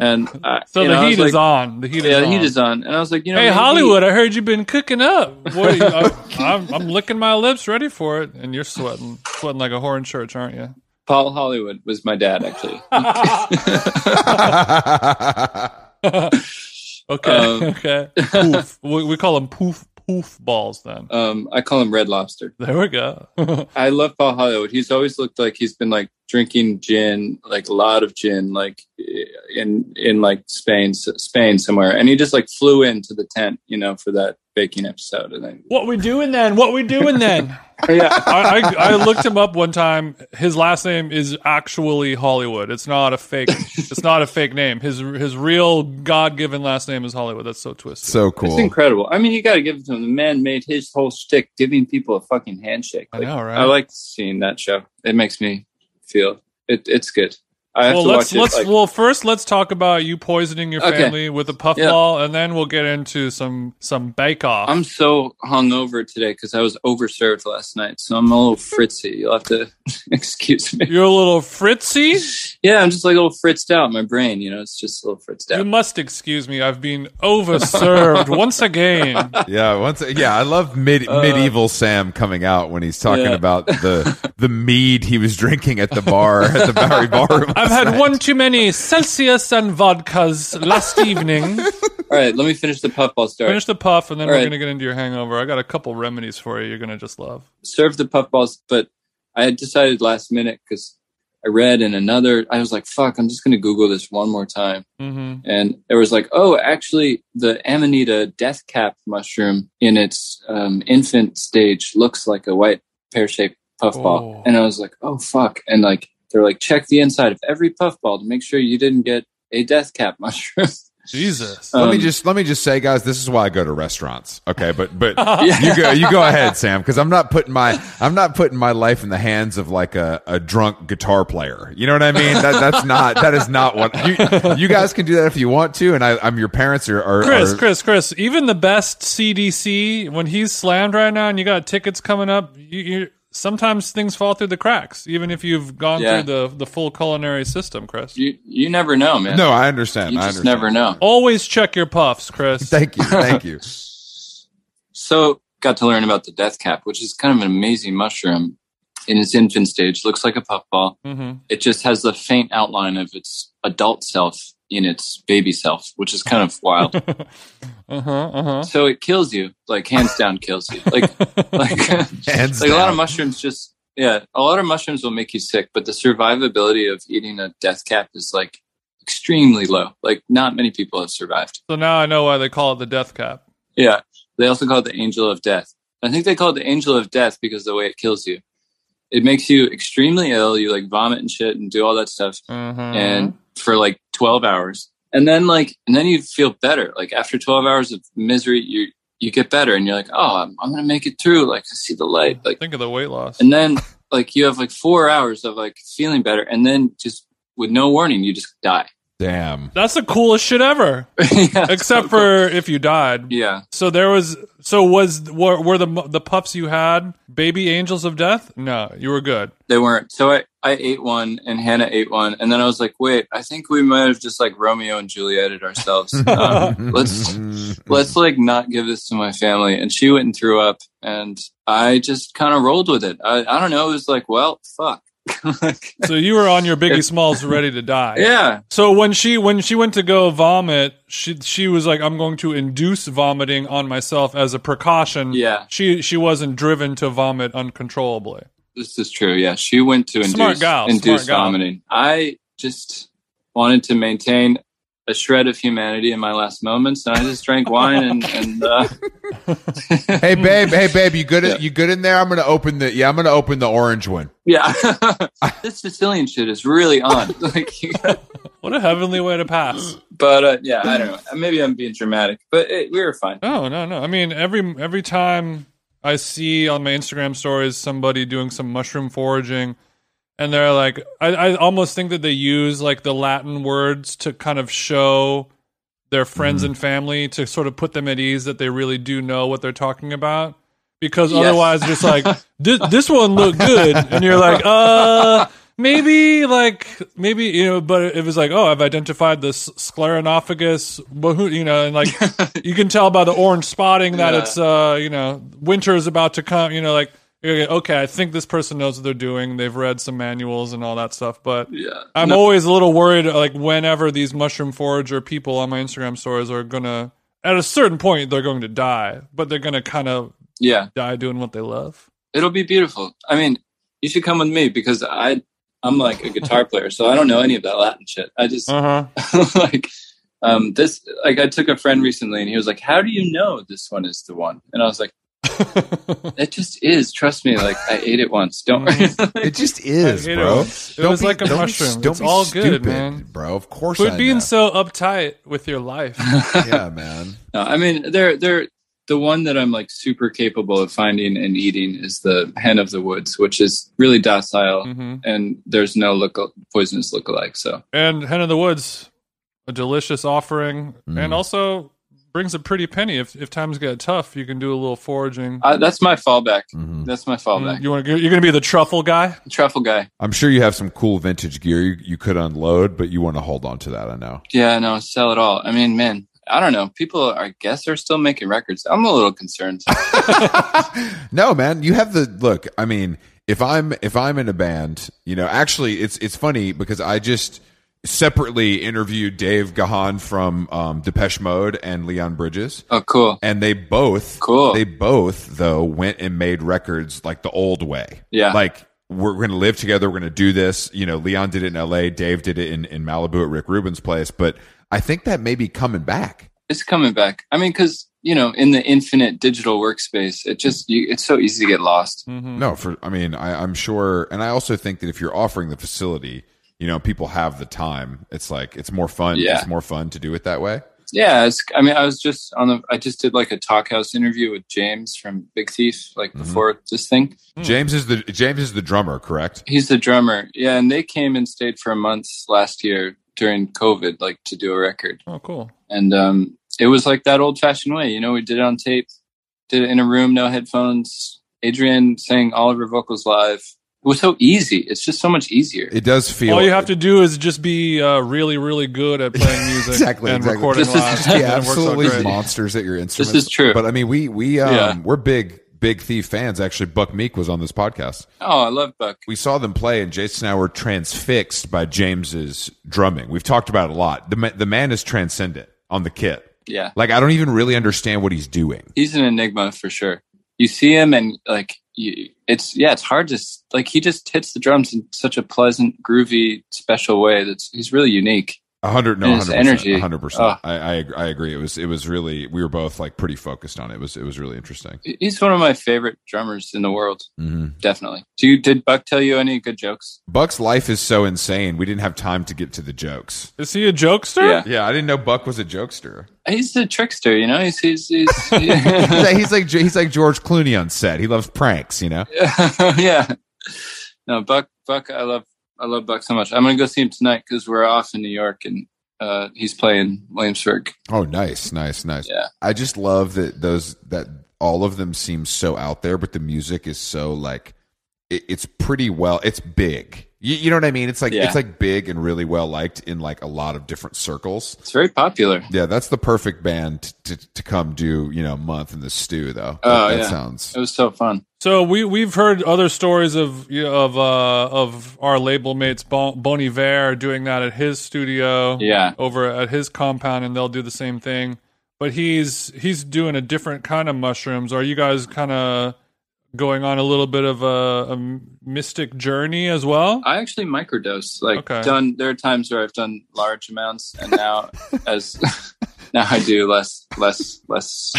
and I,
So
you
the
know, I was
heat is
like,
on. The heat
Yeah,
is
the
on.
heat is on, and I was like, you know,
hey,
maybe-
Hollywood, I heard you've been cooking up. Boy, I, I'm, I'm licking my lips, ready for it, and you're sweating, sweating like a whore in church, aren't you?
Paul Hollywood was my dad actually.
Okay,
Um,
okay. Poof. we, we call them poof poof balls. Then
um, I call him Red Lobster.
there we go.
I love Paul Hollywood. He's always looked like he's been like drinking gin, like a lot of gin, like eh, in in like Spain, Spain somewhere. And he just like flew into the tent, you know, for that baking episode. And then,
what we doing then? What we doing then?
yeah,
I, I I looked him up one time. His last name is actually Hollywood. It's not a fake. It's not a fake name. His his real God given last name is Hollywood. That's so twisted.
so
it's
cool.
incredible. I mean, you got to give it to him. The man made his whole shtick giving people a fucking handshake.
I
Like,
know, right?
I like seeing that show. It makes me feel it. It's good. I have
well,
to
let's
watch it.
let's
like-
well first let's talk about you poisoning your
Okay.
family with a puff
Yeah.
ball, and then we'll get into some some bake off.
I'm so hungover today because I was overserved last night, so I'm a little fritzy. You'll have to excuse me.
You're a little fritzy.
Yeah, I'm just like a little fritzed out. My brain, you know, it's just a little fritzed
You
out.
must excuse me. I've been overserved once again.
Yeah, once yeah, I love mid,
Uh,
medieval Sam coming out when he's talking
yeah.
about the the mead he was drinking at the bar at the Bowery Ballroom.
I've had one too many Celsius and vodkas last evening.
All right, let me finish the puffball story.
Finish the puff, and then
All
we're
right.
gonna get into your hangover. I got a couple remedies for you. You're gonna just love.
Served the puffballs, but I had decided last minute because I read in another. I was like, "Fuck, I'm just going to Google this one more time."
hmm
And it was like, "Oh, actually, the Amanita death cap mushroom in its um, infant stage looks like a white pear-shaped puffball."
Oh.
And I was like, "Oh fuck!" And like they're like, "Check the inside of every puffball to make sure you didn't get a death cap mushroom."
Jesus.
let me
Um,
just let me just say, guys, this is why I go to restaurants. Okay, but but
Yeah.
you go you go ahead, Sam, because I'm not putting my I'm not putting my life in the hands of like a, a drunk guitar player. You know what I mean? That, that's not that is not what you, you guys can do that if you want to. And I, I'm your parents are, are,
Chris,
are-
Chris, Chris. Even the best CDC, when he's slammed right now, and you got tickets coming up, you, you sometimes things fall through the cracks. Even if you've gone
Yeah.
through the the full culinary system, Chris.
you you never know, man.
No, I understand.
you
I
just
understand.
never know.
Always check your puffs, Chris.
Thank you, thank you.
So got to learn about the death cap, which is kind of an amazing mushroom in its infant stage. Looks like a puffball.
hmm
It just has the faint outline of its adult self in its baby self, which is kind of wild.
Uh huh. Uh huh.
so it kills you, like hands down kills you. Like like
Hands
like a lot
down.
of mushrooms just yeah, a lot of mushrooms will make you sick, but the survivability of eating a death cap is like extremely low. Like not many people have survived.
So now I know why they call it the death cap.
Yeah. They also call it the angel of death. I think they call it the angel of death because of the way it kills you. It makes you extremely ill. You like vomit and shit and do all that stuff
Mm-hmm.
and for like 12 hours. And then like, and then you feel better. Like after 12 hours of misery, you, you get better and you're like, oh, I'm, I'm going to make it through. Like I see the light. Like,
think of the weight loss.
and then like you have like four hours of like feeling better. And then just with no warning, you just die.
Damn.
That's the coolest shit ever,
Yeah,
except
so cool.
for if you died.
yeah.
So there was. So was were, were the the puffs you had baby angels of death? No, you were good.
They weren't. So I, I ate one and Hannah ate one, and then I was like, "Wait, I think we might have just like Romeo and Julieted ourselves. Um, let's let's like not give this to my family." And she went and threw up, and I just kind of rolled with it. I, I don't know. It was like, "Well, fuck." Like,
So you were on your Biggie Smalls ready to die.
yeah,
So when she when she went to go vomit, she she was like, "I'm going to induce vomiting on myself as a precaution."
Yeah.
She she wasn't driven to vomit uncontrollably.
This is true. Yeah, she went to induce,
Smart gal,
induce
smart gal.
vomiting. I just wanted to maintain a shred of humanity in my last moments, and I just drank wine and, and uh,
hey babe, hey babe, you good?
Yeah.
You good in there? I'm gonna open the. Yeah, I'm gonna open the orange one.
yeah. this Sicilian shit is really on. Like,
What a heavenly way to pass.
but uh, yeah, I don't know. Maybe I'm being dramatic, but it, we were fine.
No, no, no. I mean, every every time I see on my Instagram stories somebody doing some mushroom foraging, and they're like, I, I almost think that they use like the Latin words to kind of show their friends and family to sort of put them at ease that they really do know what they're talking about. Because
Yes.
otherwise, it's like this, this one looked good, and you're like, uh, maybe like maybe you know. But it was like, oh, I've identified this scleronophagus, but who you know, and like you can tell by the orange spotting that
Yeah.
it's uh you know winter is about to come. You know, like okay, okay, I think this person knows what they're doing. They've read some manuals and all that stuff, but
Yeah,
I'm always a little worried, like whenever these mushroom forager people on my Instagram stories are gonna, at a certain point, they're going to die, but they're gonna kind of
yeah.
die doing what they love.
It'll be beautiful. I mean, you should come with me because I I'm like a guitar player, so I don't know any of that Latin shit. I just
Uh huh.
like um this like i took a friend recently and he was like how do you know this one is the one and i was like it just is trust me like i ate it once don't worry
It just is,
I hate it
bro.
when- it was like a
don't
mushroom.
don't
It's
be
all good,
stupid,
man.
bro. Of course,
Quit
I
being
know.
so uptight with your life.
Mm-hmm. yeah, man.
no, i mean they're they're the one that i'm like super capable of finding and eating is the hen of the woods which is really docile
hmm
and there's no look poisonous lookalike so
And hen in the woods, a delicious offering,
Mm.
and also brings a pretty penny if if times get tough. You can do a little foraging. Mm.
I, that's my fallback
Mhm.
that's my fallback
you want to? You're gonna be the truffle guy.
truffle guy
I'm sure you have some cool vintage gear you, you could unload, but you want to hold on to that. I know.
Yeah, no, sell it all. I mean, man, I don't know. People, I guess, are still making records. I'm a little concerned.
no, man, you have the look. I mean, if I'm if I'm in a band, you know, actually, it's it's funny because I just separately interviewed Dave Gahan from um, Depeche Mode and Leon Bridges,
oh, cool.
and they both
Cool.
They both though went and made records like the old way.
Yeah.
like we're going to live together. We're going to do this. You know, Leon did it in L.A. Dave did it in in Malibu at Rick Rubin's place, but I think that may be coming back.
It's coming back. I mean, because, you know, in the infinite digital workspace, it just, you, it's so easy to get lost.
Mm-hmm.
No, for I mean, I, I'm sure, and I also think that if you're offering the facility, you know, people have the time. It's like it's more fun.
Yeah.
It's more fun to do it that way.
Yeah. It's, I mean, I was just on the, I just did like a talk house interview with James from Big Thief, like before this thing.
Hmm.
James is the James is the drummer, correct?
He's the drummer. Yeah. And they came and stayed for a month last year during COVID, like to do a record.
Oh, cool.
and um, it was like that old fashioned way. You know, we did it on tape, did it in a room, no headphones. Adrian sang all of her vocals live. It was so easy. It's just so much easier.
It does feel.
All you have to do is just be uh, really, really good at playing music
Exactly,
and
exactly.
recording
This is-
live.
yeah,
and it works out
absolutely
great.
monsters at your instruments.
is true.
But I mean, we we um,
Yeah.
we're big big thief fans. Actually, Buck Meek was on this podcast.
oh, I love Buck.
We saw them play, and Jason and I were transfixed by James's drumming. We've talked about it a lot. The ma- the man is transcendent on the kit.
Yeah,
Like I don't even really understand what he's doing.
he's an enigma for sure. You see him, and like, you, it's yeah, it's hard to s- like. He just hits the drums in such a pleasant, groovy, special way. That's he's really unique.
A hundred, no,
And it's
hundred
energy. Ah.
percent, hundred percent.
Ugh.
I, I, ag- I agree. It was, it was really. We were both like pretty focused on it. it was, it was really interesting.
He- He's one of my favorite drummers in the world.
Mm-hmm.
Definitely. Do you did Buck tell you any good jokes?
Buck's life is so insane. We didn't have time to get to the jokes.
Is he a jokester?
Yeah.
Yeah, I didn't know Buck was a jokester.
He's a trickster, you know. He's he's, he's
He's like, he's like, he's like George Clooney on set. He loves pranks. You know.
yeah. No, Buck. Buck. I love. I love Buck so much. I'm gonna go see him tonight because we're off in New York and uh, he's playing Williamsburg.
Oh, nice, nice, nice.
Yeah.
I just love that those that all of them seem so out there, but the music is so like it, it's pretty well. It's big. You, you know what I mean? It's like
Yeah.
it's like big and really well liked in like a lot of different circles.
It's very popular.
Yeah, that's the perfect band to, to, to come do you know a month in the stew though.
Oh,
that, that
yeah.
sounds
It was so fun.
So we we've heard other stories of you know, of uh, of our label mates bon, bon Iver doing that at his studio
Yeah.
over at his compound, and they'll do the same thing. But he's he's doing a different kind of mushrooms. Are you guys kind of going on a little bit of a, a mystic journey as well?
I actually microdose. Like
Okay.
done there are times where I've done large amounts and now as now I do less less less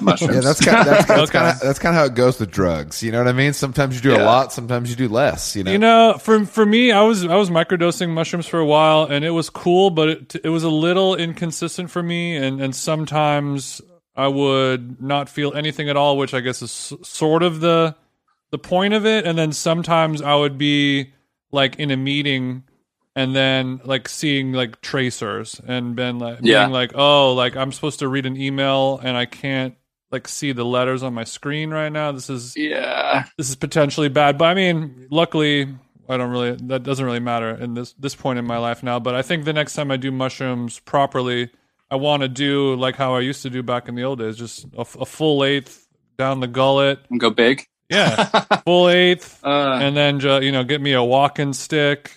mushrooms.
yeah. That's kind of that's, that's
Okay.
kind of that's kind of how it goes with drugs. You know what I mean? Sometimes you do a
Yeah.
lot, sometimes you do less. You know.
You know, for for me, I was I was microdosing mushrooms for a while, and it was cool, but it it was a little inconsistent for me, and and sometimes I would not feel anything at all, which I guess is s- sort of the the point of it, and then sometimes I would be like in a meeting. And then, like seeing like tracers and been like
Yeah.
being like, oh, like I'm supposed to read an email and I can't like see the letters on my screen right now. This is
yeah.
this is potentially bad. But I mean, luckily, I don't really. That doesn't really matter in this this point in my life now. But I think the next time I do mushrooms properly, I want to do like how I used to do back in the old days, just a, f- a full eighth down the gullet.
And go big.
Yeah, full eighth,
Uh,
and then ju- you know, get me a walking stick.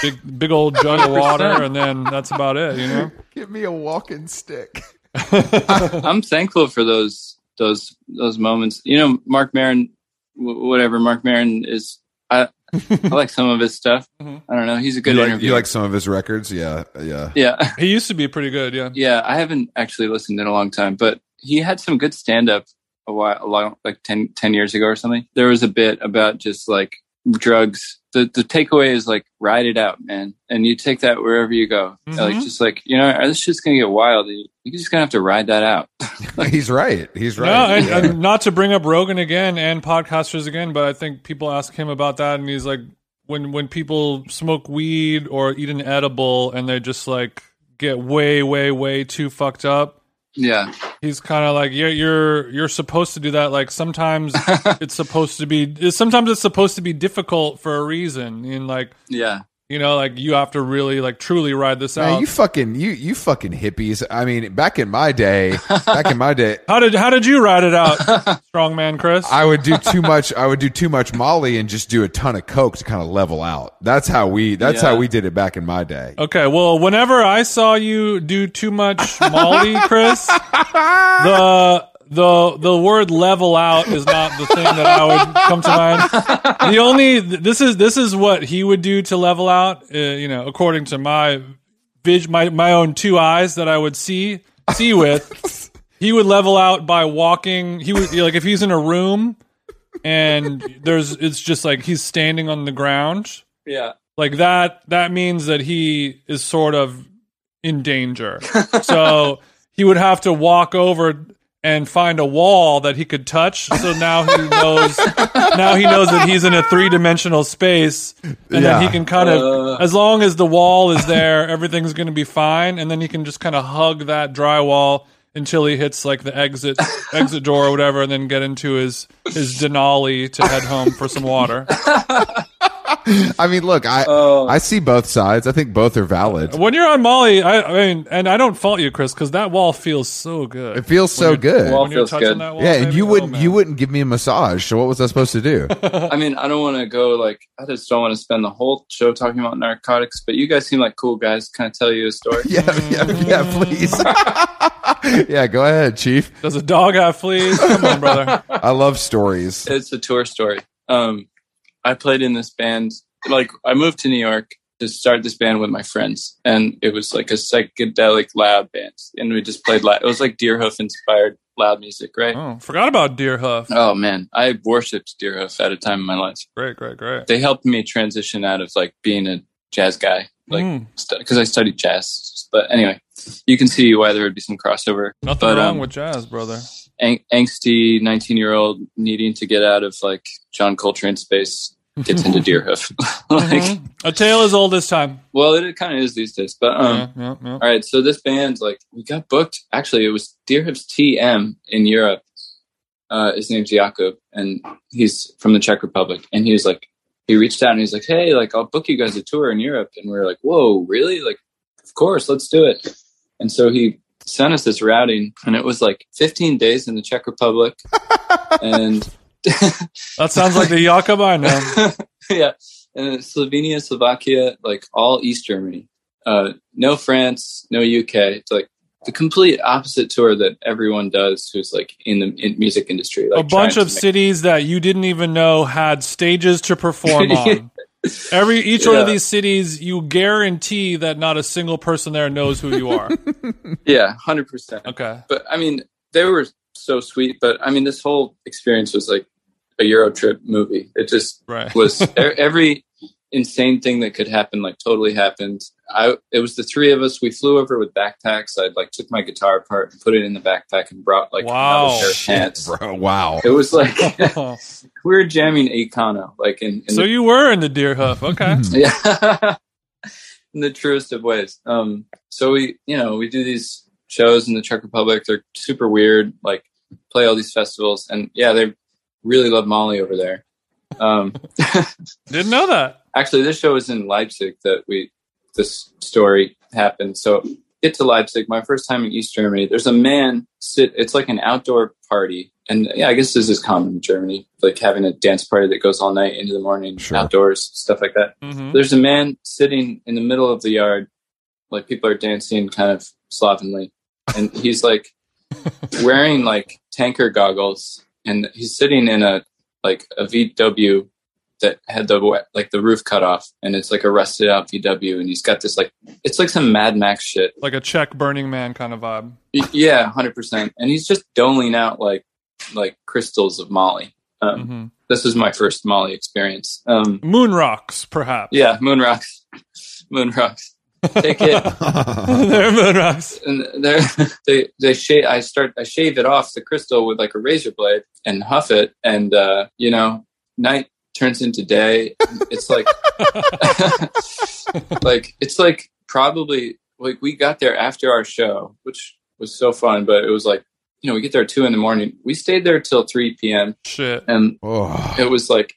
Big, big old jug of water, and then that's about it. You know,
Give me a walking stick.
I'm thankful for those those those moments. You know, Mark Maron, w- whatever Mark Maron is. I, I like some of his stuff.
Mhm.
I don't know. He's a
You
good
like,
interview.
you like some of his records? Yeah, yeah.
yeah,
he used to be pretty good. Yeah,
yeah. I haven't actually listened in a long time, but he had some good stand up a while, a long, like 10, 10 years ago or something. There was a bit about just like drugs. The the takeaway is like ride it out, man, and you take that wherever you go. Like
Mhm.
just like you know, this shit's gonna get wild. You- You're just gonna have to ride that out.
He's right. He's right.
No, and,
Yeah.
and not to bring up Rogan again and podcasters again, but I think people ask him about that, and he's like, when when people smoke weed or eat an edible and they just like get way, way, way too fucked up.
Yeah,
He's kind of like, yeah, you're you're supposed to do that. Like sometimes it's supposed to be, sometimes it's supposed to be difficult for a reason. And like,
yeah.
you know, like you have to really like truly ride this
Man,
out.
you fucking you you fucking hippies. I mean, back in my day, back in my day,
how did how did you ride it out, strongman Chris?
I would do too much. I would do too much Molly and just do a ton of coke to kind of level out. That's how we. That's
Yeah.
how we did it back in my day.
Okay, well, whenever I saw you do too much Molly, Chris, the the the word level out is not the thing that I would come to mind. The only this is this is what he would do to level out, uh, you know, according to my vis my my own two eyes that I would see see with. He would level out by walking. He would like if he's in a room and there's it's just like he's standing on the ground
Yeah.
like that that means that he is sort of in danger so he would have to walk over and find a wall that he could touch so now he knows now he knows that he's in a three-dimensional space and then
Yeah.
he can kind of
Uh.
as long as the wall is there everything's going to be fine and then he can just kind of hug that drywall until he hits like the exit exit door or whatever and then get into his his denali to head home for some water
I mean, look, I
Uh,
Oh.
I see both sides. I think both are valid.
When you're on Molly, I, I mean, and I don't fault you, Chris, because that wall feels so good.
It feels so good.
Well,
when you're
feels
touching
good.
that wall,
yeah, and
baby,
you
oh,
wouldn't
man.
you wouldn't give me a massage. So what was I supposed to do?
I mean, I don't want to go like I just don't want to spend the whole show talking about narcotics, but you guys seem like cool guys. Can I tell you a story?
yeah, yeah, yeah. Please. yeah, go ahead, Chief.
Does a dog have fleas? Come on, brother.
I love stories.
It's a tour story. Um, I played in this band. Like, I moved to New York to start this band with my friends, and it was like a psychedelic loud band, and we just played. Loud. It was like Deerhoof inspired loud music, right?
Oh, forgot about deer hoof.
Oh man, I worshipped Deerhoof at a time in my life.
Great, great, great.
They helped me transition out of like being a jazz guy, like
Mm,
because I studied jazz. But anyway, you can see why there would be some crossover.
nothing
but,
wrong
um,
with jazz, brother.
Ang- angsty 19 year old needing to get out of like John Coltrane space gets into Deerhoof. like,
Mhm. A tale as old as time.
well, it kind of is these days. But um,
yeah, yeah, yeah.
all right, so this band, like, we got booked. Actually, it was Deerhoof's TM in Europe. Uh, his name's Jakub, and he's from the Czech Republic. And he was like, he reached out and he's like, "Hey, like I'll book you guys a tour in Europe." And we are like, "Whoa, really? Like, of course, let's do it." And so he sent us this routing, and it was like 15 days in the Czech Republic, and
That sounds like the Yakub I know.
yeah, and then Slovenia, Slovakia, like all East Germany, uh, no France, no UK. It's like the complete opposite tour that everyone does who's like in the in music industry. Like
a bunch
trying
of
to make-
cities that you didn't even know had stages to perform on. Every each one of
Yeah.
these cities, you guarantee that not a single person there knows who you are.
yeah, hundred percent.
okay,
but I mean, they were so sweet. But I mean, this whole experience was like a Euro trip movie. It just
right.
was e- every insane thing that could happen, like totally happened. I it was the three of us. We flew over with backpacks. I like took my guitar apart and put it in the backpack and brought like
Wow.
another pair of pants.
Bro, wow.
It was like
so
we were jamming Econo, like in, in the
Oh, you were in the deer hoof. Okay.
Mm-hmm. yeah in the truest of ways um so we you know we do these shows in the czech republic they're super weird like play all these festivals and yeah they really love molly over there um
Didn't know that.
actually this show was in leipzig that we this story happened so get to leipzig my first time in east germany there's a man sit it's like an outdoor party and yeah i guess this is common in germany like having a dance party that goes all night into the morning
Sure.
outdoors stuff like that
hmm
Mm-hmm. there's a man sitting in the middle of the yard, like people are dancing kind of slovenly, and he's like wearing like tanker goggles, and he's sitting in a like a VW that had the wa- like the roof cut off, and it's like a rusted out VW, and he's got this like it's like some Mad Max shit,
Like a Czech Burning Man kind of vibe.
Y- yeah, hundred percent, and he's just doling out like like crystals of Molly. Um,
hmm
This was my first Molly experience. Um,
Moon rocks, perhaps.
yeah, moon rocks, moon rocks. Take it.
Hmm.
They're moon rocks.
and they're- they they shave. I start I shave it off the crystal with like a razor blade and huff it, and uh, you know, night turns into day. It's like like it's like probably like we got there after our show, which was so fun, but it was like you know we get there at two in the morning. We stayed there till three p.m.
Shit.
and
oh.
it was like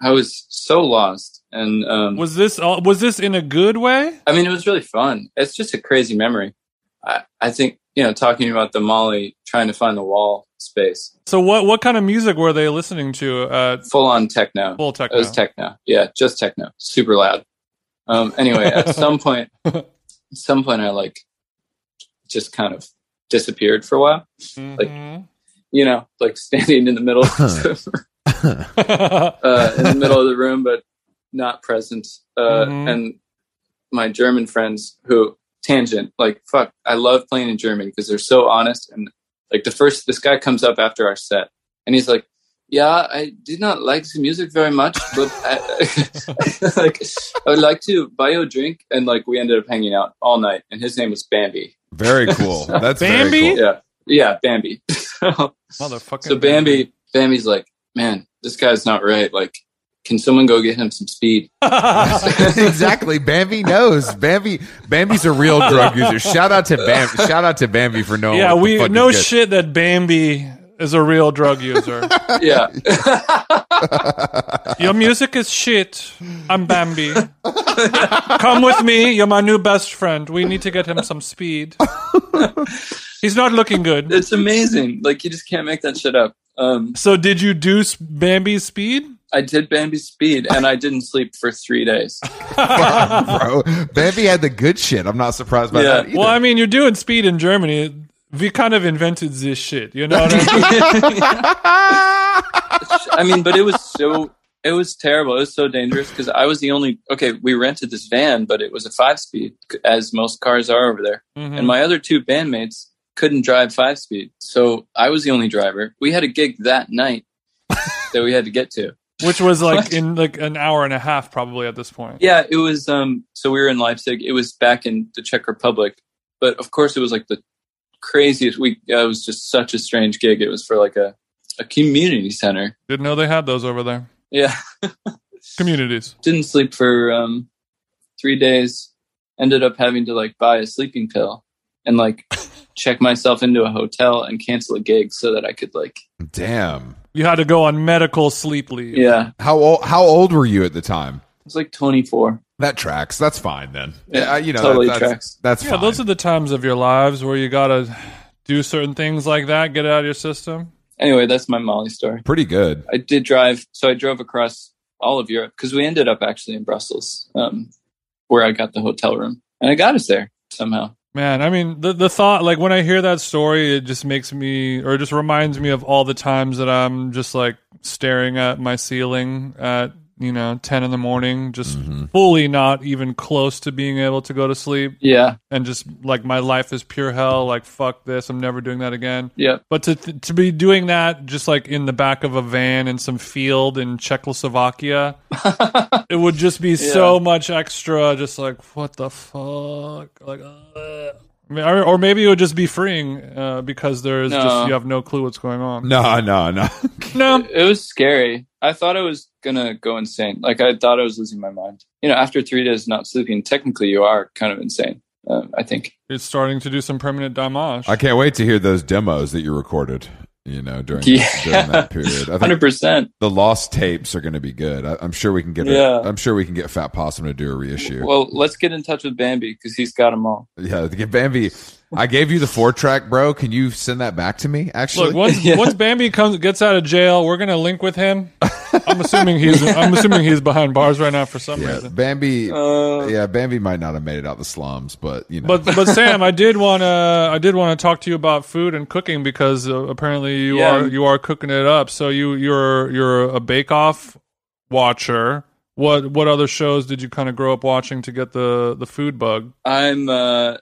I was so lost and um,
Was this all, was this in a good way?
I mean, it was really fun. It's just a crazy memory. I, I think, you know, talking about the Molly trying to find the wall space,
So what what kind of music were they listening to at
full on techno.
full techno?
It was techno. Yeah, just techno. Super loud. Um, anyway, at some point, at some point, I like just kind of disappeared for a while,
Mhm.
you know, like standing in the middle, uh, in the middle of the room, but not present. Uh,
Mhm.
And my German friends who tangent like fuck i love playing in german because they're so honest and like the first this guy comes up after our set and he's like yeah i did not like the music very much but I, like i would like to buy you a drink and like we ended up hanging out all night and his name was bambi
Very cool. That's
Bambi?
Very cool.
yeah yeah bambi so
Motherfucking
bambi bambi's like man this guy's not right like can someone go get him some speed
Oh, exactly. Bambi knows. Bambi Bambi's a real drug user. Shout out to Bambi. Shout out to Bambi for knowing.
yeah,
what the
we
fuck
no
is good.
shit that Bambi is a real drug user.
yeah
Your music is shit. I'm Bambi. Come with me. You're my new best friend. We need to get him some speed. He's not looking good.
it's amazing like you just can't make that shit up um
So did you do s- Bambi's speed?
I did Bambi Speed, and I didn't sleep for three days.
bro. Bambi had the good shit. I'm not surprised by
Yeah.
that. Either.
Well, I mean, you're doing speed in Germany. We kind of invented this shit. You know what I mean?
I mean, but it was so it was terrible. It was so dangerous because I was the only. Okay, we rented this van, but it was a five speed, as most cars are over there.
Mhm.
And my other two bandmates couldn't drive five speed, so I was the only driver. We had a gig that night that we had to get to.
Which was like
What?
in like an hour and a half, probably at this point.
Yeah, it was. Um, so we were in Leipzig. It was back in the Czech Republic, but of course, it was like the craziest. We uh, it was just such a strange gig. It was for like a a community center.
Didn't know they had those over there.
Yeah,
Communities.
didn't sleep for um three days. Ended up having to like buy a sleeping pill and like check myself into a hotel and cancel a gig so that I could like
Damn.
You had to go on medical sleep leave.
yeah.
How old? How old were you at the time?
It's like 24.
That tracks. That's fine then.
Yeah,
Uh, you know,
totally
that, that's,
tracks.
That's
Yeah,
fine.
those are the times of your lives where you gotta do certain things like that, get it out of your system.
Anyway, that's my Molly story.
pretty good.
I did drive, so I drove across all of Europe because we ended up actually in Brussels, um, where I got the hotel room, and it got us there somehow.
Man, I mean, the the thought, like when I hear that story, it just makes me, or it just reminds me of all the times that I'm just like staring at my ceiling at you know ten in the morning, just
Mhm.
fully not even close to being able to go to sleep,
Yeah,
and just like my life is pure hell. Like fuck this, I'm never doing that again.
yeah,
But to to be doing that just like in the back of a van in some field in Czechoslovakia, it would just be so much extra. Just like what the fuck, like. Uh, I mean, or or maybe it would just be freeing uh, because there is
No.
just you have no clue what's going on.
No, no, no.
No,
it was scary. I thought I was gonna go insane. Like I thought I was losing my mind. You know, after three days not sleeping, technically you are kind of insane. Um, I think.
it's starting to do some permanent damage.
I can't wait to hear those demos that you recorded. You know, during
Yeah.
during that period, I think
Hundred percent.
the lost tapes are going to be good. I, I'm sure we can get.
Yeah.
A, I'm sure we can get Fat Possum to do a reissue.
Well, let's get in touch with Bambi because he's got them all.
yeah, the- Bambi. I gave you the four track, bro. Can you send that back to me? Actually,
Look, once
Yeah.
once Bambi comes gets out of jail, we're gonna link with him. I'm assuming he's I'm assuming he's behind bars right now for some
yeah,
reason.
Bambi.
Uh,
yeah, Bambi might not have made it out the slums, but you know,
But but Sam, I did want to I did want to talk to you about food and cooking because uh, apparently you
Yeah.
are you are cooking it up. So you you're you're a Bake Off watcher. What what other shows did you kind of grow up watching to get the the food bug?
I'm uh,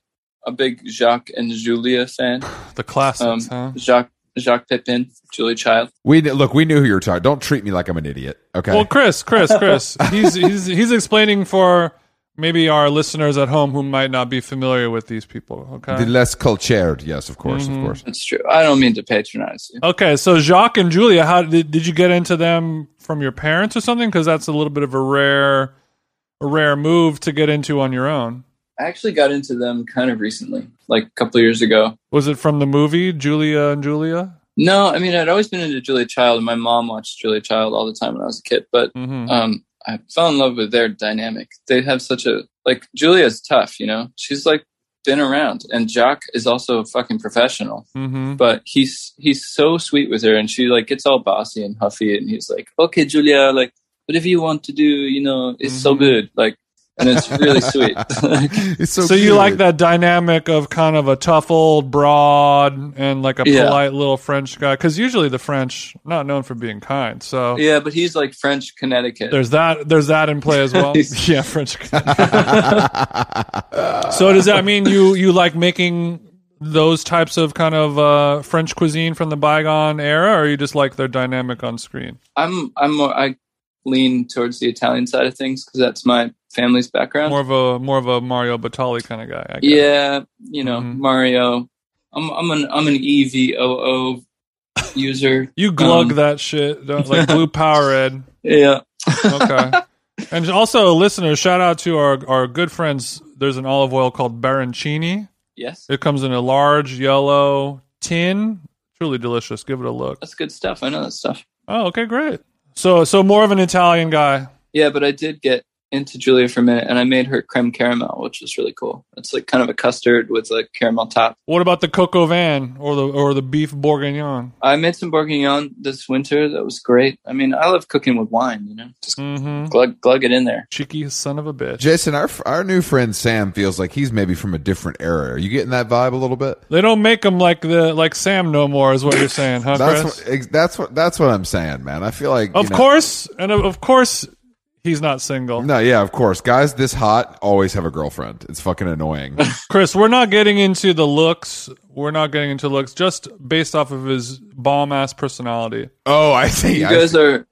a big Jacques and Julia fan. Um,
The classics, huh?
Jacques Jacques Pepin, Julie Child.
we kn- look. We knew who you were talking. Don't treat me like I'm an idiot. Okay.
Well, Chris, Chris, Chris, he's he's he's explaining for maybe our listeners at home who might not be familiar with these people.
the
Okay.
less cultured, yes, of course,
Mhm.
of course.
That's true. I don't mean to patronize you.
Okay, so Jacques and Julia, how did, did you get into them from your parents or something? Because that's a little bit of a rare, a rare move to get into on your own.
I actually got into them kind of recently, like a couple years ago.
Was it from the movie Julia and Julia?
No, I mean I'd always been into Julia Child, and my mom watched Julia Child all the time when I was a kid. But
hmm
um, I fell in love with their dynamic. They have such a like Julia's tough, you know. She's like been around, and Jacques is also a fucking professional.
hmm
but he's he's so sweet with her and she like gets all bossy and huffy and he's like okay julia like whatever you want to do you know it's so
Mhm.
good like and it's really sweet
It's so.
So, you
cute.
like that dynamic of kind of a tough old broad and like a
Yeah.
polite little French guy? Because usually the French not known for being kind. So
yeah but he's like french connecticut
there's that. There's that in play as well. yeah, French.
so
So does that mean you you like making those types of kind of uh, French cuisine from the bygone era, or you just like their dynamic on screen?
i'm i'm more i lean towards the italian side of things because that's my family's background
More of a more of a Mario Batali kind of guy. I guess.
yeah you know
Mhm.
mario i'm i'm an i'm an E evoo user
you glug
Um,
that shit don't, like blue Powerade.
yeah
Okay. And also, listeners, shout out to our, our good friends. There's an olive oil called Baroncini.
yes
It comes in a large yellow tin. Truly delicious. Give it a look.
that's good stuff i know that stuff
Oh, okay, great. So, so more of an Italian guy.
Yeah, but I did get into Julia for a minute, and I made her creme caramel, which was really cool. It's like kind of a custard with like caramel top.
What about the coco van or the or the beef bourguignon?
I made some bourguignon this winter. That was great. I mean, I love cooking with wine. You know, just
Mm-hmm.
glug glug it in there.
Cheeky son of a bitch.
Jason, our our new friend Sam feels like he's maybe from a different era. Are you getting that vibe a little bit?
They don't make them like the like Sam no more, is what you're saying, huh,
That's
Chris?
what, ex- that's what that's what I'm saying, man. I feel like you
of
know-
course, and of, of course, he's not single.
No, yeah, of course. Guys this hot always have a girlfriend. It's fucking annoying.
Chris, we're not getting into the looks. We're not getting into looks just based off of his bomb ass personality.
oh, I see.
You
I
guys
see.
are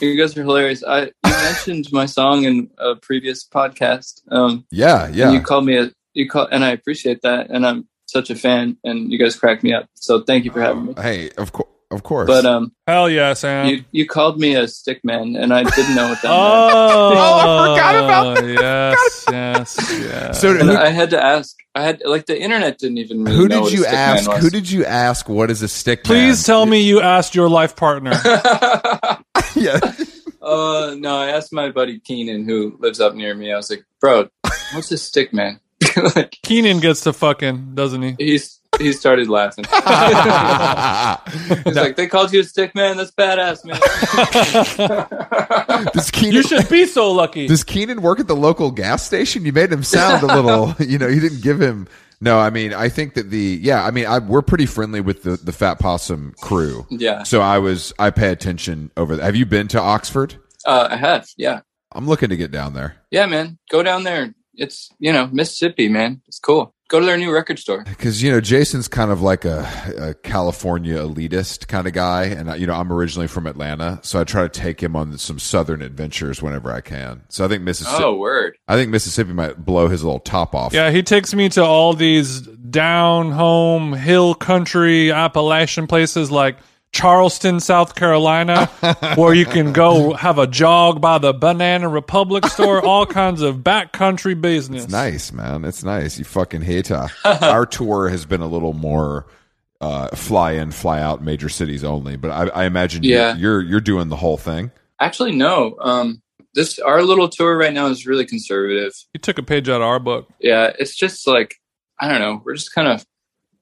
you guys are hilarious. I you mentioned my song in a previous podcast. Um,
yeah,
and
yeah.
you called me a you call, and I appreciate that. And I'm such a fan, and you guys cracked me up. So thank you for having me.
Hey, of course, of course.
But um,
Hell yeah, Sam.
you you called me a stick man, and I didn't know what that meant.
oh,
I forgot about
that. Yes, yes. Yes. Yeah.
So
And
Oh, who,
Uh, I had to ask. I had like the internet didn't even. Really
who
know
did
what a
you
stick man
ask?
was.
Who did you ask? What is a stick?
Please
man?
tell me you asked your life partner.
yeah.
uh, no, I asked my buddy Keenan, who lives up near me. I was like, "Bro, what's a stick man?" like
Keenan gets to fucking, doesn't he?
he's he started laughing. he's like, "They called you a stick man. That's badass, man."
does Keenan?
You should be so lucky.
Does Keenan work at the local gas station? You made him sound a little, you know, you didn't give him. No, I mean, I think that the yeah, I mean, I, we're pretty friendly with the the Fat Possum crew.
yeah,
So I was I pay attention over. Have you been to Oxford?
uh, I have. Yeah,
I'm looking to get down there
yeah, man. Go down there. It's you know Mississippi, man. It's cool. Go to their new record store.
because you know Jason's kind of like a, a California elitist kind of guy, and I, you know I'm originally from Atlanta, so I try to take him on some southern adventures whenever I can. So I think Mississippi,
Oh, word.
I think Mississippi might blow his little top off.
Yeah, he takes me to all these down home, hill country, Appalachian places like Charleston, South Carolina, where you can go have a jog by the Banana Republic store, all kinds of backcountry business.
It's nice, man. It's nice. You fucking hater. Our tour has been a little more uh, fly in, fly out, major cities only. But I, I imagine
Yeah.
you're, you're you're doing the whole thing.
Actually, no. Um, this our little tour right now is really conservative.
You took a page out of our book.
yeah, it's just like I don't know. We're just kind of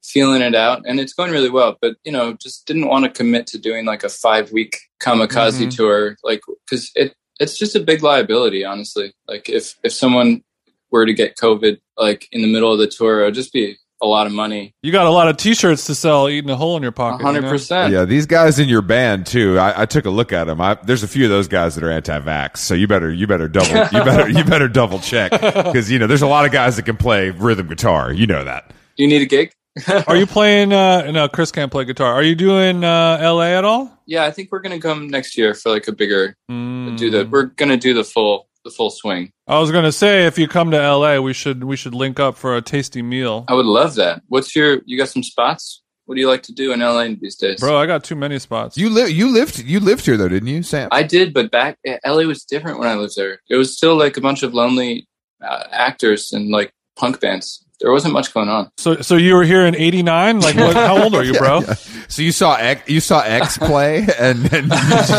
feeling it out, and it's going really well. But you know, just didn't want to commit to doing like a five week kamikaze
Mhm.
tour, like because it it's just a big liability, honestly. Like if if someone were to get COVID, like in the middle of the tour, it would just be a lot of money.
You got a lot of t shirts to sell, eating a hole in your pocket. you know?
hundred percent.
Yeah, these guys in your band too. I, I took a look at them. I, there's a few of those guys that are anti-vax, so you better you better double you better you better double check because you know there's a lot of guys that can play rhythm guitar. You know that.
Do you need a gig?
Are you playing? Uh, no, Chris can't play guitar. Are you doing uh, LA at all?
Yeah, I think we're gonna come next year for like a bigger
Mm.
do the. We're gonna do the full the full swing.
I was gonna say if you come to LA, we should we should link up for a tasty meal.
I would love that. What's your? You got some spots? What do you like to do in LA these days,
Bro, I got too many spots.
You live you lived you lived here though, didn't you, Sam?
I did, but back LA was different when I lived there. It was still like a bunch of lonely uh, actors and like punk bands. There wasn't much going on.
so so you were here in '89. Like, what, how old are you, bro?
so you saw X, you saw X play, and then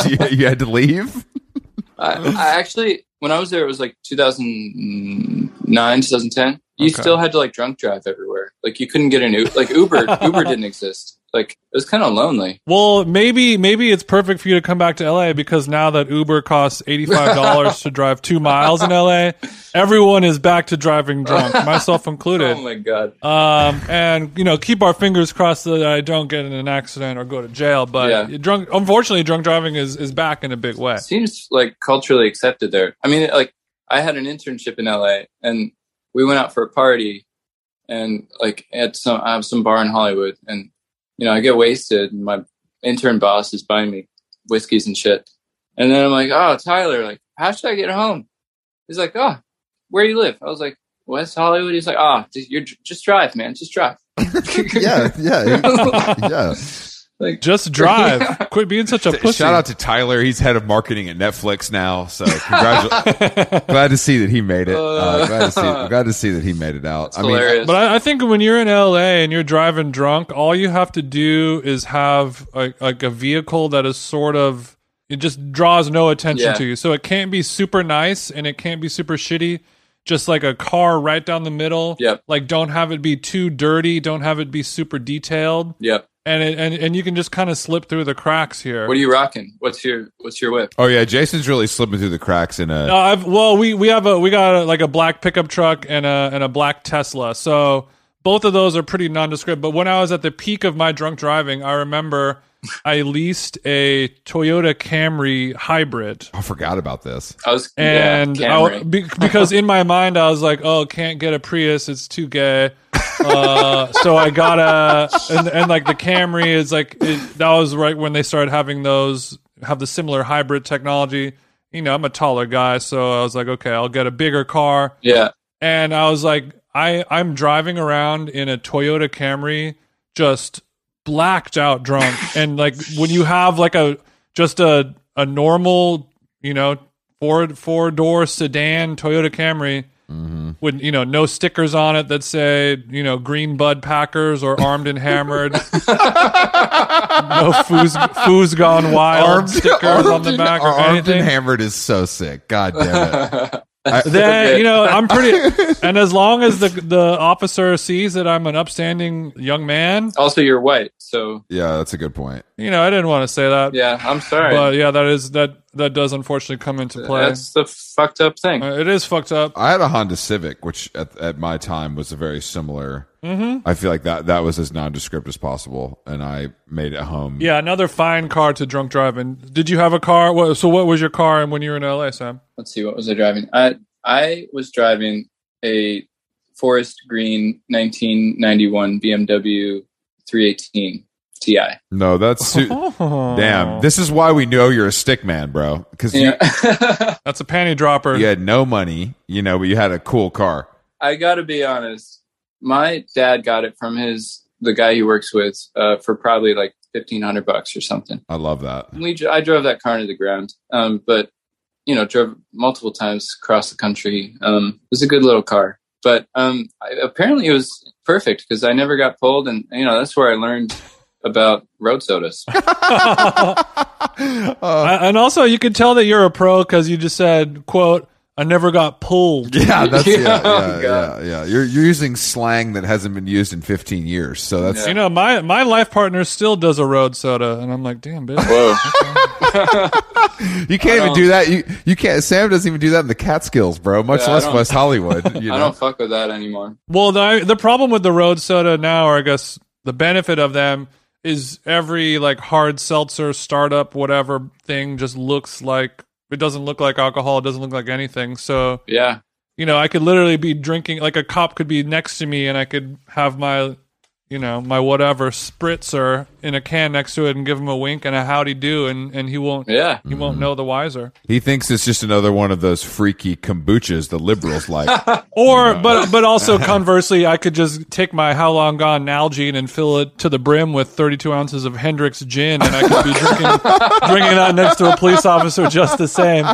you, you had to leave.
I, I actually, when I was there, it was like 2009, 2010. You
Okay.
still had to like drunk drive everywhere. Like you couldn't get an Uber. Like Uber, Uber didn't exist. Like it was kind of lonely.
Well, maybe maybe it's perfect for you to come back to LA because now that Uber costs eighty five dollars to drive two miles in LA, everyone is back to driving drunk, myself
Oh
included.
my god.
Um, and you know, keep our fingers crossed that I don't get in an accident or go to jail. But
Yeah.
drunk, unfortunately, drunk driving is is back in a big way.
seems like culturally accepted there. I mean, like I had an internship in LA, and we went out for a party, and like at some I have some bar in Hollywood, and you know I get wasted, and my intern boss is buying me whiskeys and shit, and then I'm like, oh Tyler, like how should I get home? He's like, oh, where do you live? I was like, West Hollywood. He's like, ah, oh, you're just drive, man, just drive.
Yeah, yeah, yeah.
like
Just drive. Quit being such a pussy.
Shout out to Tyler. He's head of marketing at Netflix now. So congratu- glad to see that he made it. Uh, glad, to see, glad to see that he made it out. I mean,
hilarious.
But I, I think when you're in LA and you're driving drunk, all you have to do is have a, like a vehicle that is sort of it just draws no attention
Yeah.
to you. So it can't be super nice and it can't be super shitty. Just like a car right down the middle.
Yep.
Like don't have it be too dirty. Don't have it be super detailed.
yep.
And it, and and you can just kind of slip through the cracks here.
What are you rocking? What's your what's your whip?
oh yeah, Jason's really slipping through the cracks in a.
No, I've well, we we have a we got a, like a black pickup truck and a and a black Tesla. So both of those are pretty nondescript. But when I was at the peak of my drunk driving, I remember I leased a Toyota Camry hybrid.
I forgot about this.
I was yeah,
And I,
Camry.
be, because in my mind I was like, "Oh, can't get a Prius; it's too gay." Uh, so I got a and, and like the Camry is like it, that was right when they started having those have the similar hybrid technology. You know, I'm a taller guy, so I was like, "Okay, I'll get a bigger car."
yeah.
And I was like, "I I'm driving around in a Toyota Camry, just blacked out drunk, and like when you have like a just a a normal you know four four door sedan Toyota Camry.
hmm
with you know no stickers on it that say you know Green Bud Packers or Armed and Hammered. no foos, foos gone wild
Armed-
stickers on
armed
the
and-
back or
armed and
anything.
hammered is so sick. God damn it.
Then you know I'm pretty, and as long as the the officer sees that I'm an upstanding young man,
also, you're white, so
Yeah, that's a good point.
you know I didn't want to say that,
yeah, I'm sorry.
but yeah, that is that that does unfortunately come into play.
That's the fucked up thing.
Uh, it is fucked up.
I had a Honda Civic, which at, at my time was a very similar.
hmm
I feel like that that was as nondescript as possible, and I made it home.
Yeah, another fine car to drunk driving. Did you have a car? What, so what was your car? And when you were in LA, Sam?
Let's see, what was I driving? I I was driving a forest green 1991 BMW 318 Ti.
No, that's too, damn. This is why we know you're a stick man, bro. Because
Yeah.
that's a panty dropper.
you, you had no money, you know, but you had a cool car.
I gotta be honest. My dad got it from his the guy he works with uh, for probably like fifteen hundred bucks or something.
I love that.
We dr- I drove that car into the ground, um, but you know drove multiple times across the country. Um, it was a good little car, but um, I, apparently it was perfect because I never got pulled, and you know that's where I learned about road sodas.
Uh,
Uh, and also, you can tell that you're a pro because you just said, "quote I never got pulled."
yeah, that's yeah, yeah,
Oh,
yeah,
God.
yeah. You're, you're using slang that hasn't been used in 15 years, so that's
Yeah.
You know, my my life partner still does a road soda, and I'm like, "Damn, bitch."
Whoa!
You can't even
don't-
do that. You you can't. Sam doesn't even do that in the Catskills, bro. Much
Yeah, I
less
don't-
West Hollywood. You
I
know?
don't fuck with that anymore.
Well, the the problem with the road soda now, or I guess the benefit of them, is every like hard seltzer startup whatever thing just looks like it doesn't look like alcohol. It doesn't look like anything. So
Yeah,
you know, I could literally be drinking like a cop could be next to me and I could have my you know, my whatever spritzer in a can next to it and give him a wink and a howdy do and, and he won't
yeah.
he won't know the wiser.
He thinks it's just another one of those freaky kombuchas the liberals like.
Or but but also conversely I could just take my how long gone Nalgene and fill it to the brim with thirty two ounces of Hendrix gin and I could be drinking drinking that next to a police officer just the same.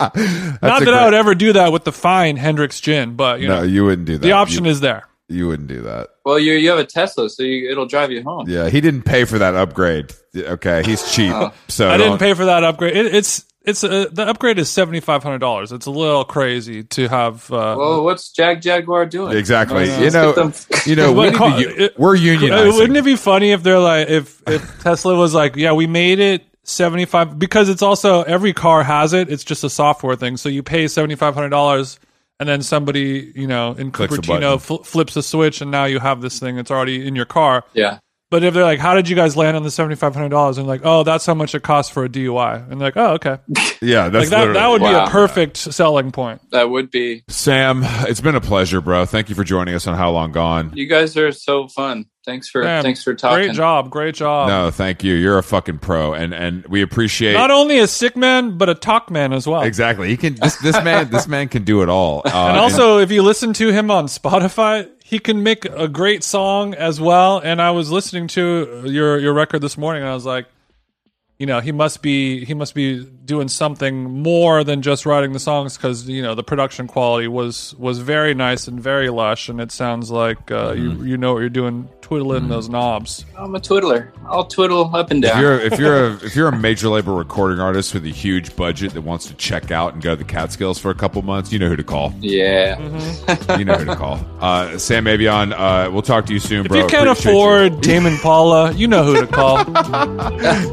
Not that
a
I
great-
would ever do that with the fine Hendrix gin, but you
no,
know
you wouldn't do that.
the option
you,
is there.
you wouldn't do that.
Well, you you have a Tesla, so you, it'll drive you home.
Yeah, he didn't pay for that upgrade. Okay, he's cheap. so
Oh, I didn't
don't-
pay for that upgrade. It, it's it's uh the upgrade is seventy five hundred dollars. It's a little crazy to have. Uh,
Well, what's Jag Jaguar doing?
Exactly.
Uh,
You
let's
know-
get them-
You know, we
But
need
call-
to, u-
it-
we're
Uh,
unionized.
wouldn't it be funny if they're like if if Tesla was like, yeah, we made it seventy five because it's also every car has it. It's just a software thing. So you pay seventy five hundred dollars. And then somebody, you know, in
Clicks a
Cupertino
button.
fl- flips a switch, and now you have this thing that's already in your car.
yeah.
But if they're like, "How did you guys land on the seventy five hundred dollars?" and like, "Oh, that's how much it costs for a DUI," and they're like, "Oh, okay,"
yeah, that's
like that, that
literally-
would be
Wow.
a perfect selling point.
That would be.
Sam, it's been a pleasure, bro. Thank you for joining us on How Long Gone.
You guys are so fun. Thanks for
Man,
thanks for talking.
Great job, great job.
No, thank you. You're a fucking pro, and and we appreciate
Not only a sick man, but a talk man as well.
Exactly. He can. This, this man. This man can do it all. Uh,
And also, if you listen to him on Spotify, he can make a great song as well. And I was listening to your your record this morning, and I was like, you know, he must be he must be doing something more than just writing the songs because you know the production quality was was very nice and very lush, and it sounds like uh,
Mm-hmm.
you you know what you're doing, twiddling those knobs.
I'm a twiddler. I'll twiddle up and
if
down.
you're if you're a if you're a major label recording artist with a huge budget that wants to check out and go to the Catskills for a couple months, you know who to call.
yeah.
You know who to call. Uh, Sam Avion, uh, we'll talk to you soon,
If
bro.
you can't
Appreciate
afford Damon Paula, you know who to call.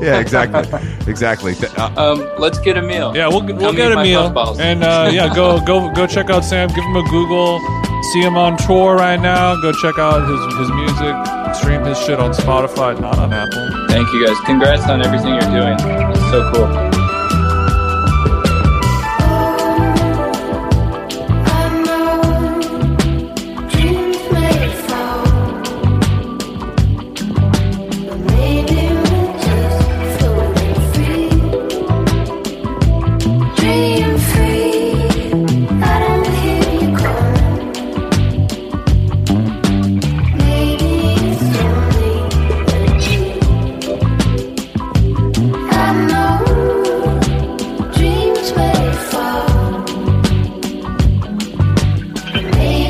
yeah, exactly, exactly. Th- uh,
Um, let's get a meal.
Yeah, we'll, we'll
Come
get
eat
a
my
meal
puffballs.
and uh, yeah, go go go check out Sam. Give him a Google. See him on tour right now. Go check out his his music. Stream his shit on Spotify, not on Apple.
Thank you guys. Congrats on everything you're doing. It's so cool.
I know Baby.